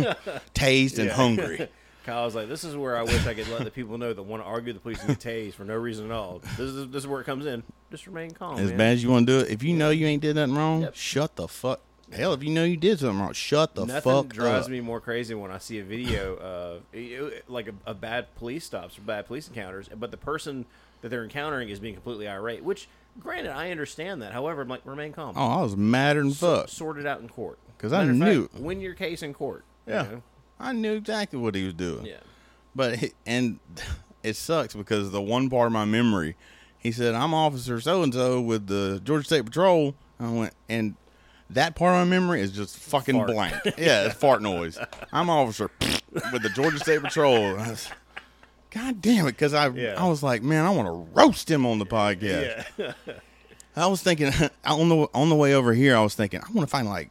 Tased and hungry. Kyle's like, this is where I wish I could let the people know that want to argue the police and get tased for no reason at all. This is this is where it comes in. Just remain calm. As man. bad as you want to do it, if you know you ain't did nothing wrong, Yep. shut the fuck. Hell, if you know you did something wrong, shut the Nothing fuck drives up. me more crazy when I see a video of it- it- like a, a bad police stops or bad police encounters, but the person that they're encountering is being completely irate. Which, granted, I understand that. However, I'm like, remain calm. Oh, I was madder than fuck. Sort it out in court. 'Cause I Matter of fact, knew- win your case in court. you Yeah. know? I knew exactly what he was doing. Yeah. But he, and it sucks because the one part of my memory, he said, "I'm Officer So and So with the Georgia State Patrol." I went and that part of my memory is just fucking Fart. blank. Yeah, it's fart noise. I'm Officer with the Georgia State Patrol. And I was- God damn it, because I Yeah. I was like, man, I want to roast him on the podcast. I was thinking on the on the way over here, I was thinking I want to find like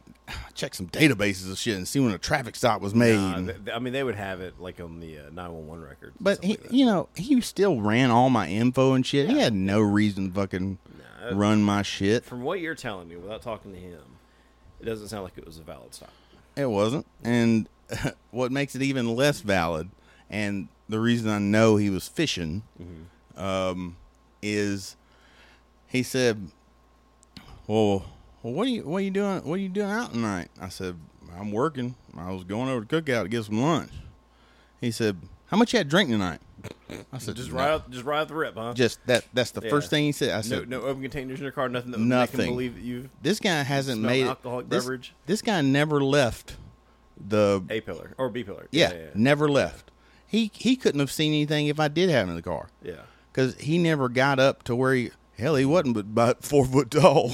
check some databases and shit and see when a traffic stop was made. Uh, th- th- I mean, they would have it like on the uh, 911 record. but he, you know, he still ran all my info and shit. He had no reason to fucking Nah, run my shit. from what you're telling me, without talking to him, it doesn't sound like it was a valid stop. It wasn't. And what makes it even less valid, and the reason I know he was fishing, Mm-hmm. um, is he said, "Well, well, what are you what are you doing? What are you doing out tonight?" I said, "I'm working. I was going over to cookout to get some lunch." He said, "How much you had to drink tonight?" I said, Just "No." right, off, just right off the rip, huh? Just that. That's the Yeah. first thing he said. I said, no, no open containers in your car, nothing that would make Nothing. him believe that you've "This guy hasn't Smell made it- alcoholic this- beverage? This guy never left the A pillar or B pillar. Yeah, yeah, yeah. never left. He he couldn't have seen anything if I did have him in the car Yeah. because he never got up to where he hell he wasn't but about four foot tall,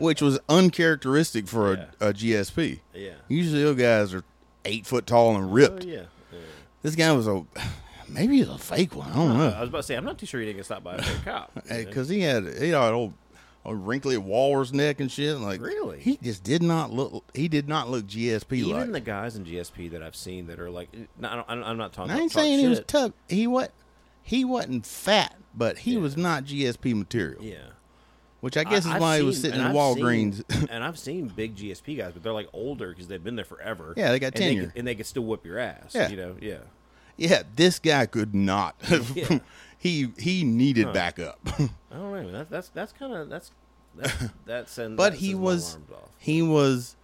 which was uncharacteristic for a, a GSP. Yeah. usually those guys are eight foot tall and ripped. Oh, yeah. yeah. This guy was a maybe he was a fake one. I don't I know was about to say, I'm not too sure you didn't get stopped by a fake cop. you know? because he had he had an old. A wrinkly walrus neck and shit. Like Really? he just did not look. He did not look GSP Even like. the guys in GSP that I've seen that are like, no, I don't, I don't- I'm not talking. I about ain't talk saying he was shit. tough. He what? He wasn't fat, but he was not GSP material. Yeah, Which I guess is I've why he was seen- sitting in and I've Walgreens. seen- and I've seen big GSP guys, but they're like older because they've been there forever. Yeah, they got and tenure. could- and they can still whip your ass. Yeah. you know, yeah, yeah, this guy could not. Yeah. he he needed backup. I don't know. That's that's that's kind of that's that's that sends. but that he sends my was alarms off. he was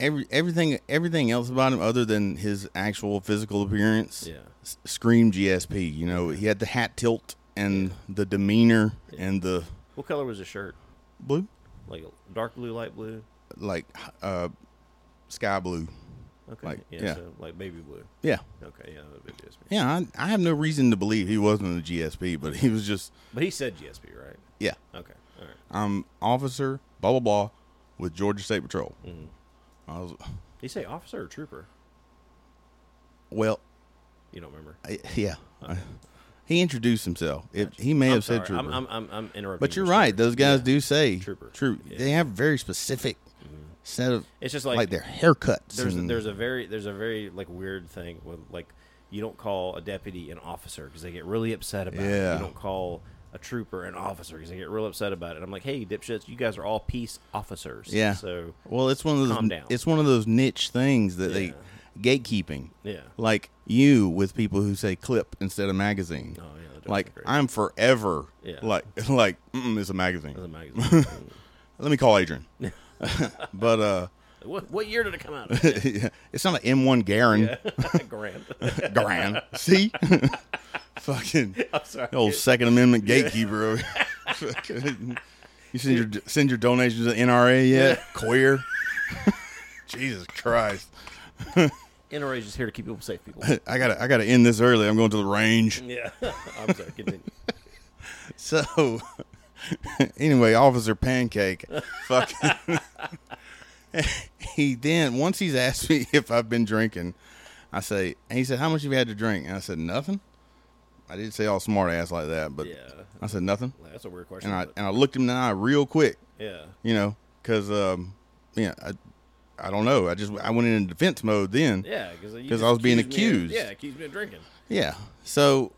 every everything everything else about him other than his actual physical appearance. Yeah. s- Scream GSP. You know, he had the hat tilt and the demeanor and the What color was his shirt? blue, Like a dark blue, light blue. like uh, sky blue. Okay, Like, yeah, yeah. So like baby blue. Yeah. Okay, yeah, that would be GSP. Yeah, I, I have no reason to believe he wasn't a GSP, but he was just But he said GSP, right? yeah. Okay, all right. I'm officer blah blah blah with Georgia State Patrol. Mm-hmm. I was Did he say officer or trooper? well, You don't remember? I, yeah. I- he introduced himself. It, he may I'm have said sorry. trooper, I'm, I'm, I'm, I'm interrupting. but you're your story. right. Those guys Yeah. do say Trooper. True. Yeah. Mm-hmm. They have very specific set of It's just like- their haircuts. There's and- there's a very there's a very like weird thing with like you don't call a deputy an officer because they get really upset about it. Yeah. You don't call a trooper an officer because they get real upset about it. I'm like, hey, dipshits, you guys are all peace officers. yeah. So well, it's one of those. calm down. It's one of those niche things that Yeah. they gatekeeping. yeah, like you with people who say clip instead of magazine. Oh, yeah, that like doesn't agree. I'm forever Yeah. like like mm, it's a magazine. That's a magazine. Let me call Adrian. but uh, what what year did it come out? Of? yeah, it's not an M1 Garin Grand. Garan. See, fucking I'm sorry. old Second Amendment gatekeeper. over here. Fucking- you send your send your donations to the NRA yet? Queer. Jesus Christ! NRA is just here to keep people safe. People. I gotta I gotta end this early. I'm going to the range. yeah. I'm sorry. Continue. So, anyway, Officer Pancake, fucking, he then once he's asked me if I've been drinking, I say, and he said, "How much have you had to drink?" And I said, "Nothing." I didn't say all smart ass like that, but Yeah. I said nothing, Like, That's a weird question. and I but- and I looked him in the eye real quick, yeah. you know, because um, you know, I, I don't know, I just I went in defense mode then, Yeah, because 'Cause I was being accused. yeah, accused me of drinking. yeah. So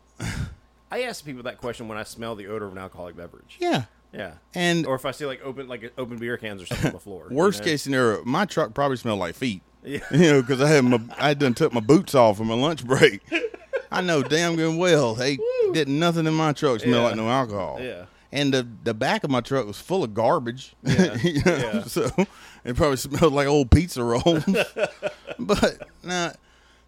I ask people that question when I smell the odor of an alcoholic beverage. yeah, Yeah, And- or if I see like open like open beer cans or something on the floor. you Worst know? case scenario, my truck probably smelled like feet. Yeah. You know, because I had my I done took my boots off for my lunch break. I know damn good and well they did nothing in my truck smell Yeah. like no alcohol. Yeah. And the the back of my truck was full of garbage. Yeah. You know, Yeah. So it probably smelled like old pizza rolls. but now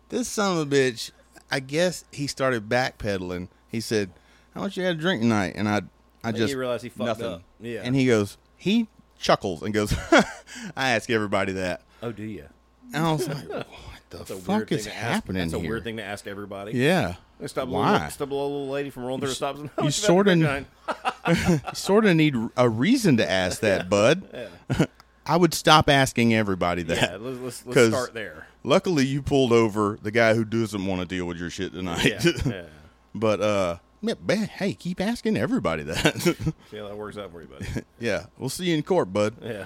this son of a bitch, I guess he started backpedaling. He said, "How much you had to drink tonight?" And I, I he just realized he fucked nothing. up. Yeah. And he goes, he chuckles and goes, "I ask everybody that." Oh, do you? And I was like, "What the It's a fuck weird is thing to happening Ask. That's here?" a weird thing to ask everybody. Yeah. They Stop a Why? Little, stop a little lady from rolling through the stops. And, "Oh, "How you much sorta that n- beer kind?" sort of need a reason to ask that, bud. I would stop asking everybody that. Yeah, let's, let's, let's 'Cause start there. Luckily, you pulled over the guy who doesn't want to deal with your shit tonight. Yeah, yeah. but uh, yeah, man, hey, keep asking everybody that. See how that works out for you, buddy. yeah, we'll see you in court, bud. Yeah.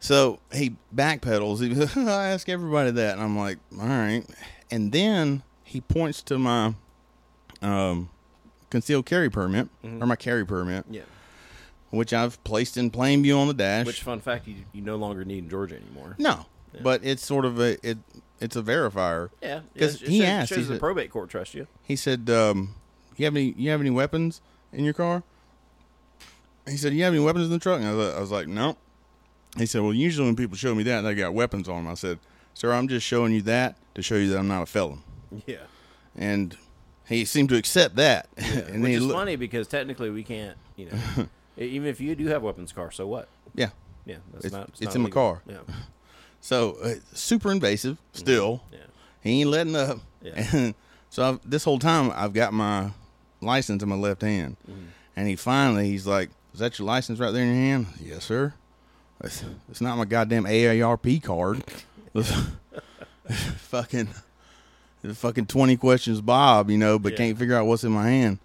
So he backpedals. He goes, I ask everybody that, and I'm like, all right. And then he points to my um, concealed carry permit or my carry permit, Mm-hmm. Yeah. which I've placed in plain view on the dash. Which fun fact you, you no longer need in Georgia anymore. no, but it's sort of a it it's a verifier. Yeah, because it he shows- asked. shows He the said, probate court trusts you. he said, um, "You have any? You have any weapons in your car?" He said, "You have any weapons in the truck?" And I was, I was like, "No." He said, "Well, usually when people show me that, they got weapons on them." I said, "Sir, I'm just showing you that to show you that I'm not a felon." Yeah, And he seemed to accept that. and then which he is loo- funny because technically we can't. You know, e- even if you do have weapons car, so what? Yeah. Yeah, that's It's- not. it's not in my legal. car. Yeah, So uh, super invasive. Still, yeah. he ain't letting up. Yeah. And so I've, this whole time, I've got my license in my left hand, Mm-hmm. and he finally he's like, "Is that your license right there in your hand?" Yes, sir. It's, it's not my goddamn AARP card. fucking, fucking twenty questions, Bob. You know, but Yeah. can't figure out what's in my hand.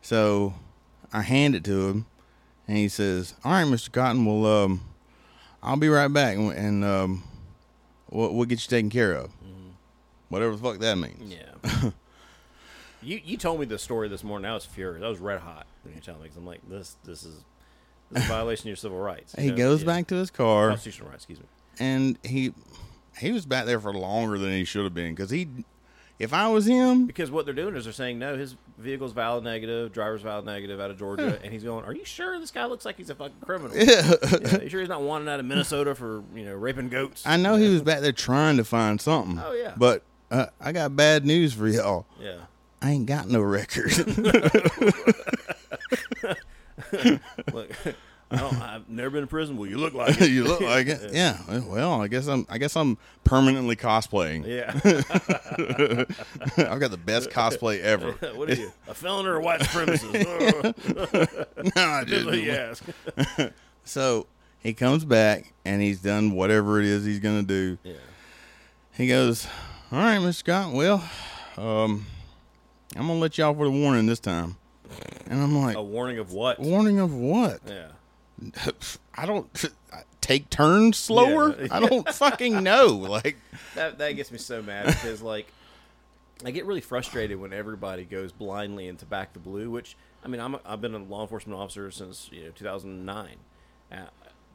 So I hand it to him, and he says, "All right, Mister Cotton. Well, um, I'll be right back, and, and um, we'll, we'll get you taken care of." Whatever the fuck that means. Mm-hmm. Yeah. you you told me the story this morning. I was furious. I was red hot when you told me 'cause I'm like, this this is this is a violation of your civil rights. you He know? goes Yeah. back to his car constitutional rights. Excuse me. and he he was back there for longer than he should have been because he if I was him Because what they're doing is they're saying no, his vehicle's valid negative, driver's valid negative out of Georgia, and he's going. Are you sure this guy looks like he's a fucking criminal? Yeah. you sure he's not wanted out of Minnesota for you know raping goats? I know he was back there trying to find something. Oh, yeah. But uh, I got bad news for y'all. yeah. I ain't got no record. Look, I don't, I've never been in prison. Well, you look like it. you look like it. Yeah. Well, I guess I'm I guess I'm permanently cosplaying. Yeah. I've got the best cosplay ever. what are you? A felon or a white supremacist? no, I That's what didn't. you ask. So he comes back and he's done whatever it is he's gonna do. Yeah. He goes, All right, Mr. Scott, well, um, I'm gonna let you off with a warning this time. And I'm like, A warning of what? Warning of what? Yeah. I don't take turns slower. Yeah. I don't fucking know. Like, That that gets me so mad because like I get really frustrated when everybody goes blindly into back the blue, which I mean I'm a, I've been a law enforcement officer since you know 2009. Uh,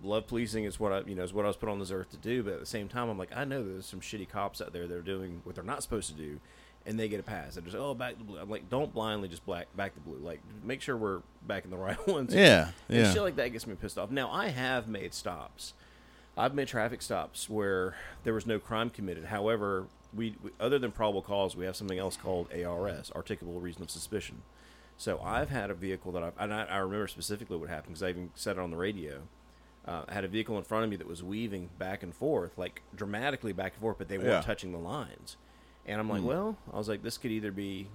love policing is what I you know is what I was put on this earth to do, but at the same time I'm like I know there's some shitty cops out there that are doing what they're not supposed to do. And they get a pass. They're just oh back the blue. I'm like, don't blindly just black back the blue. Like, make sure we're backing the right ones. Yeah, And yeah. shit like that gets me pissed off. Now I have made stops. I've made traffic stops where there was no crime committed. However, we, we other than probable cause, we have something else called ARS, articulable reason of suspicion. So I've had a vehicle that I've, and I, I remember specifically what happened because I even said it on the radio. Uh, I had a vehicle in front of me that was weaving back and forth, like dramatically back and forth, but they weren't Yeah. touching the lines. And I'm like, well, I was like, this could either be,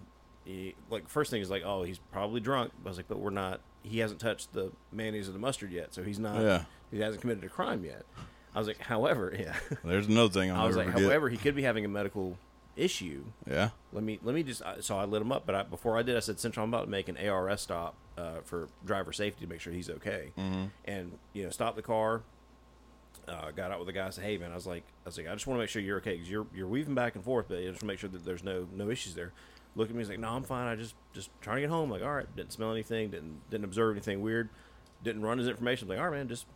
eh, like, first thing is like, oh, he's probably drunk. I was like, but we're not. He hasn't touched the mayonnaise or the mustard yet, so he's not. Yeah. He hasn't committed a crime yet. I was like, however, yeah. there's another thing I'll I was never like, forget. however, he could be having a medical issue. yeah, Let me let me just I- so I lit him up, but I, before I did, I said, "Central, I'm about to make an ARS stop uh, for driver safety to make sure he's okay." Mm-hmm. And you know, stop the car. Uh, got out with the guy. Said, "Hey, man," I was like, "I was like, I just want to make sure you're okay because you're you're weaving back and forth, but I just want to make sure that there's no no issues there." Look at me. He's like, "No, I'm fine. I just just trying to get home." Like, all right, didn't smell anything, didn't didn't observe anything weird, didn't run his information. I'm like, all right, man, just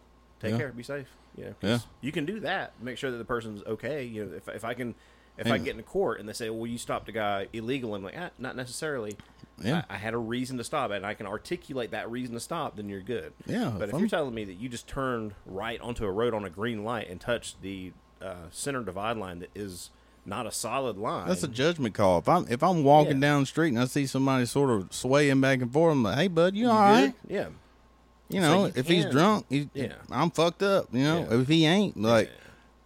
take Yeah. care, be safe. You know, 'cause Yeah. you can do that. Make sure that the person's okay. You know, if if I can if I And- get in court and they say, "Well, you stopped a guy illegal," I'm like, ah, "Not necessarily." Yeah. I, I had a reason to stop, and I can articulate that reason to stop. Then you're good. Yeah, But if if I'm- you're telling me that you just turned right onto a road on a green light and touched the uh, center divide line that is not a solid line, that's a judgment call. If I'm if I'm walking Yeah. down the street and I see somebody sort of swaying back and forth, I'm like, hey, bud, you all good. right? Yeah. You know, you if he's can- drunk, he, Yeah. I'm fucked up. You know, Yeah. if he ain't, like,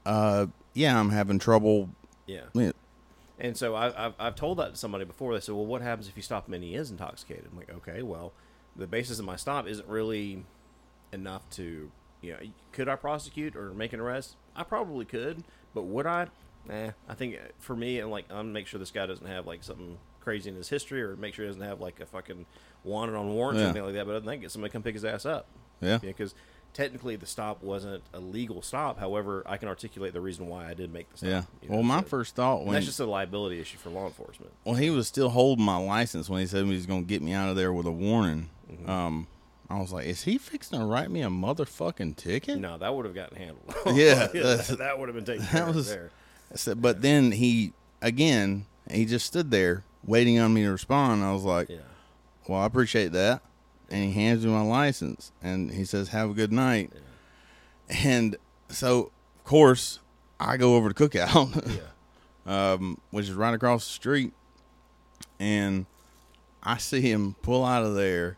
uh, yeah, I'm having trouble. Yeah. I mean, And so I, I've, I've told that to somebody before. They said, "Well, what happens if you stop him and he is intoxicated?" I'm like, "Okay, well, the basis of my stop isn't really enough to you know, could I prosecute or make an arrest? I probably could, but would I? Nah. I think uh, for me, I'm like, I'm gonna make sure this guy doesn't have like something crazy in his history, or make sure he doesn't have like a fucking wanted on warrant or Yeah. anything like that. But other than that, get somebody to come pick his ass up. Yeah. Because technically, the stop wasn't a legal stop. However, I can articulate the reason why I did make the stop. Yeah. you know, Well, my so- first thought and when that's just a liability issue for law enforcement. well he was still holding my license when he said he was going to get me out of there with a warning. Mm-hmm. Um, I was like, is he fixing to write me a motherfucking ticket? No, that would have gotten handled. Yeah, that's- that, that would have been taken. That care of was- there. So, but then he again he just stood there waiting on me to respond. I was like, Yeah. "Well, I appreciate that." And he hands me my license and he says, "Have a good night." And so, of course, I go over to Cookout, um, which is right across the street, and I see him pull out of there,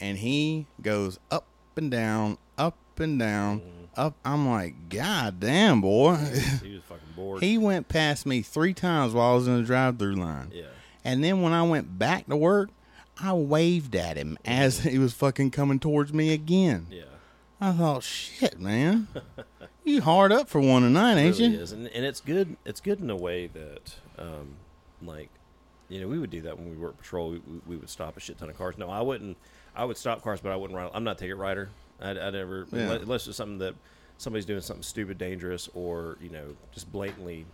and he goes up and down, up and down, up. I'm like, "God damn, boy!" He was fucking bored. He went past me three times while I was in the drive through line. Yeah. And then when I went back to work, I waved at him as he was fucking coming towards me again. yeah. I thought, shit, man. you hard up for one tonight, ain't really you? is, and, and it's good. It's good in a way that, um, like, you know, we would do that when we were patrol. We, we, we would stop a shit ton of cars. No, I wouldn't. I would stop cars, but I wouldn't ride. I'm not a ticket rider. I, I never Yeah. unless, unless it's something that somebody's doing something stupid, dangerous, or you know, just blatantly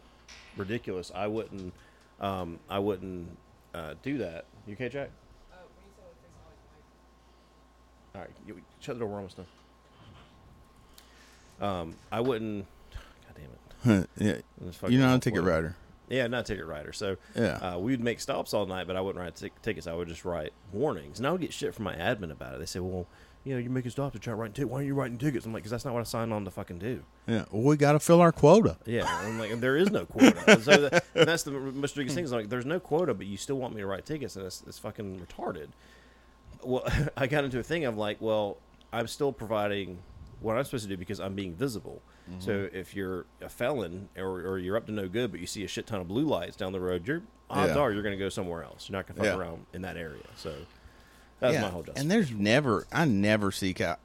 ridiculous. I wouldn't. Um, I wouldn't uh, do that. You okay, Jack? All right, you, shut the door. We're almost done. Um, I wouldn't. God damn it. yeah. It's fucking You're not a awful. ticket rider. Yeah, not ticket writer. So Yeah. uh, we would make stops all night, but I wouldn't write tic- tickets. I would just write warnings, and I would get shit from my admin about it. They say, "Well, you know, you're making stops to try writing tickets. Why are you writing tickets?" I'm like, "Because that's not what I signed on to fucking do." Yeah. Well, we got to fill our quota. Yeah, I'm like, there is no quota. so that, and that's the most ridiculous thing. Is like, there's no quota, but you still want me to write tickets, and it's, it's fucking retarded. Well, I got into a thing of like, well, I'm still providing what I'm supposed to do because I'm being visible. So Mm-hmm. if you're a felon or, or you're up to no good, but you see a shit ton of blue lights down the road, your odds Yeah. are you're going to go somewhere else. You're not going to fuck Yeah. around in that area. So that's my whole And justification. there's never, I never seek out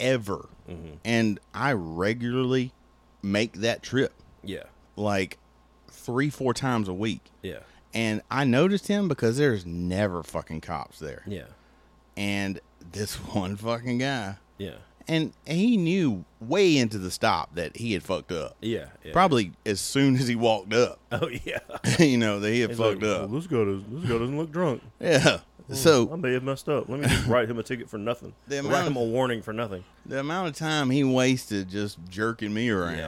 ever. Mm-hmm. And I regularly make that trip Yeah, like three, four times a week. yeah, and I noticed him because there's never fucking cops there. yeah, And this one fucking guy, yeah, and he knew way into the stop that he had fucked up. yeah. yeah. Probably as soon as he walked up, Oh yeah. you know that he had fucked Like, up. "Well, this guy doesn't, this guy doesn't look drunk. Yeah. So I may have messed up. Let me just write him a ticket for nothing. The Or amount write of- him a warning for nothing. the amount of time he wasted just jerking me around,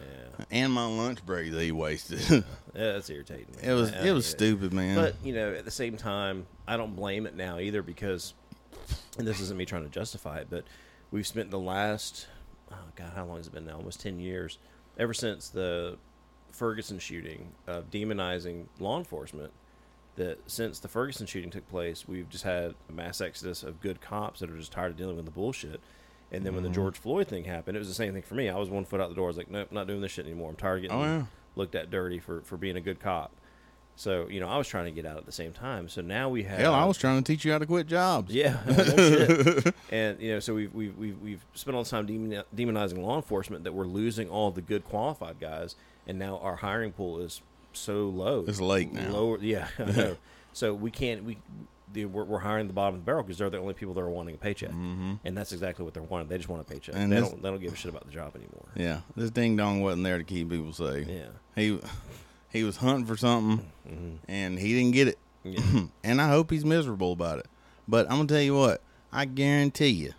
yeah, and my lunch break that he wasted, Yeah, that's irritating. man. it was I- I it was get stupid, man. But you know, at the same time, I don't blame it now either because, and this isn't me trying to justify it, but we've spent the last, oh god, how long has it been now? Almost ten years, ever since the Ferguson shooting of demonizing law enforcement. That since the Ferguson shooting took place, we've just had a mass exodus of good cops that are just tired of dealing with the bullshit. And then when Mm-hmm. the George Floyd thing happened, it was the same thing for me. I was one foot out the door. I was like, nope, not doing this shit anymore. I'm tired of getting Oh, yeah. looked at dirty for, for being a good cop. So you know, I was trying to get out at the same time. So now we have Hell, I was trying to teach you how to quit jobs. yeah, no shit. and you know, so we've we've we've, we've spent all the time demoni- demonizing law enforcement that we're losing all the good qualified guys, and now our hiring pool is so low. It's late now. Lower, yeah. I know. so we can't we. the- We're we're hiring the bottom of the barrel because they're the only people that are wanting a paycheck, mm-hmm. and that's exactly what they're wanting. They just want a paycheck. And they this- don't they don't give a shit about the job anymore. Yeah, this ding dong wasn't there to keep people safe. Yeah. he he was hunting for something, and he didn't get it. and I hope he's miserable about it. But I'm gonna tell you what, I guarantee you,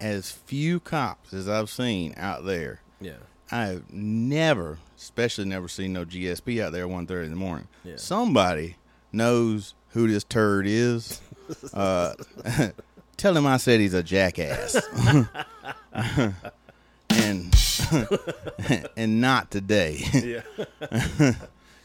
as few cops as I've seen out there, Yeah, I've never, especially never seen no GSP out there at 1.30 in the morning. Yeah. Somebody knows who this turd is. uh, tell him I said he's a jackass. and and not today. yeah,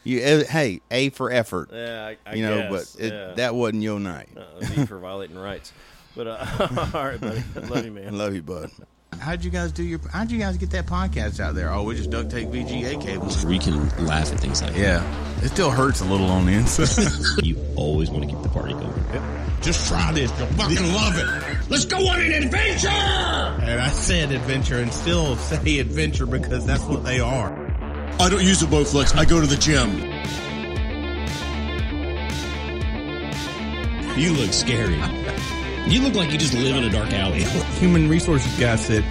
you eh, hey, A for effort. yeah. I, I you know, guess. but it, yeah. that wasn't your night. uh, V for violating rights. But uh, all right, buddy, love you, I man. love you, bud. How'd you guys do your? How'd you guys get that podcast out there? Oh, we just duct tape VGA cables. We can laugh at things like Yeah, it still hurts a little on the inside. that. You always want to keep the party going. Just try this. You'll fucking love it. Let's go on an adventure! And I said adventure and still say adventure because that's what they are. I don't use a Bowflex. I go to the gym. You look scary. You look like you just live in a dark alley. Human resources guy said,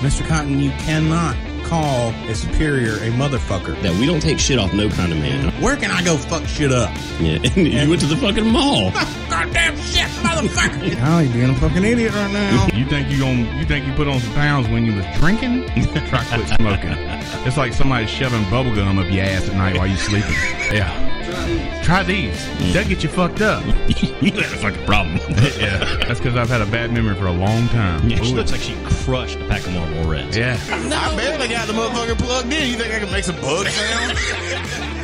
Mr. Cotton, you cannot call a superior a motherfucker. That we don't take shit off no kind of man. Where can I go fuck shit up? Yeah, and you went to the fucking mall. Goddamn shit, motherfucker! How you being a fucking idiot right now? You think you gon' you think you put on some pounds when you was drinking? Try quit smoking. It's like somebody shoving bubble gum up your ass at night while you sleeping. Yeah. Try these. They'll get you fucked up. you had a fucking problem. Yeah. That's because I've had a bad memory for a long time. Yeah, she Ooh. looks like she crushed a pack of Marlboro Reds. yeah. I barely got the motherfucker plugged in. You think I can make some bug sound?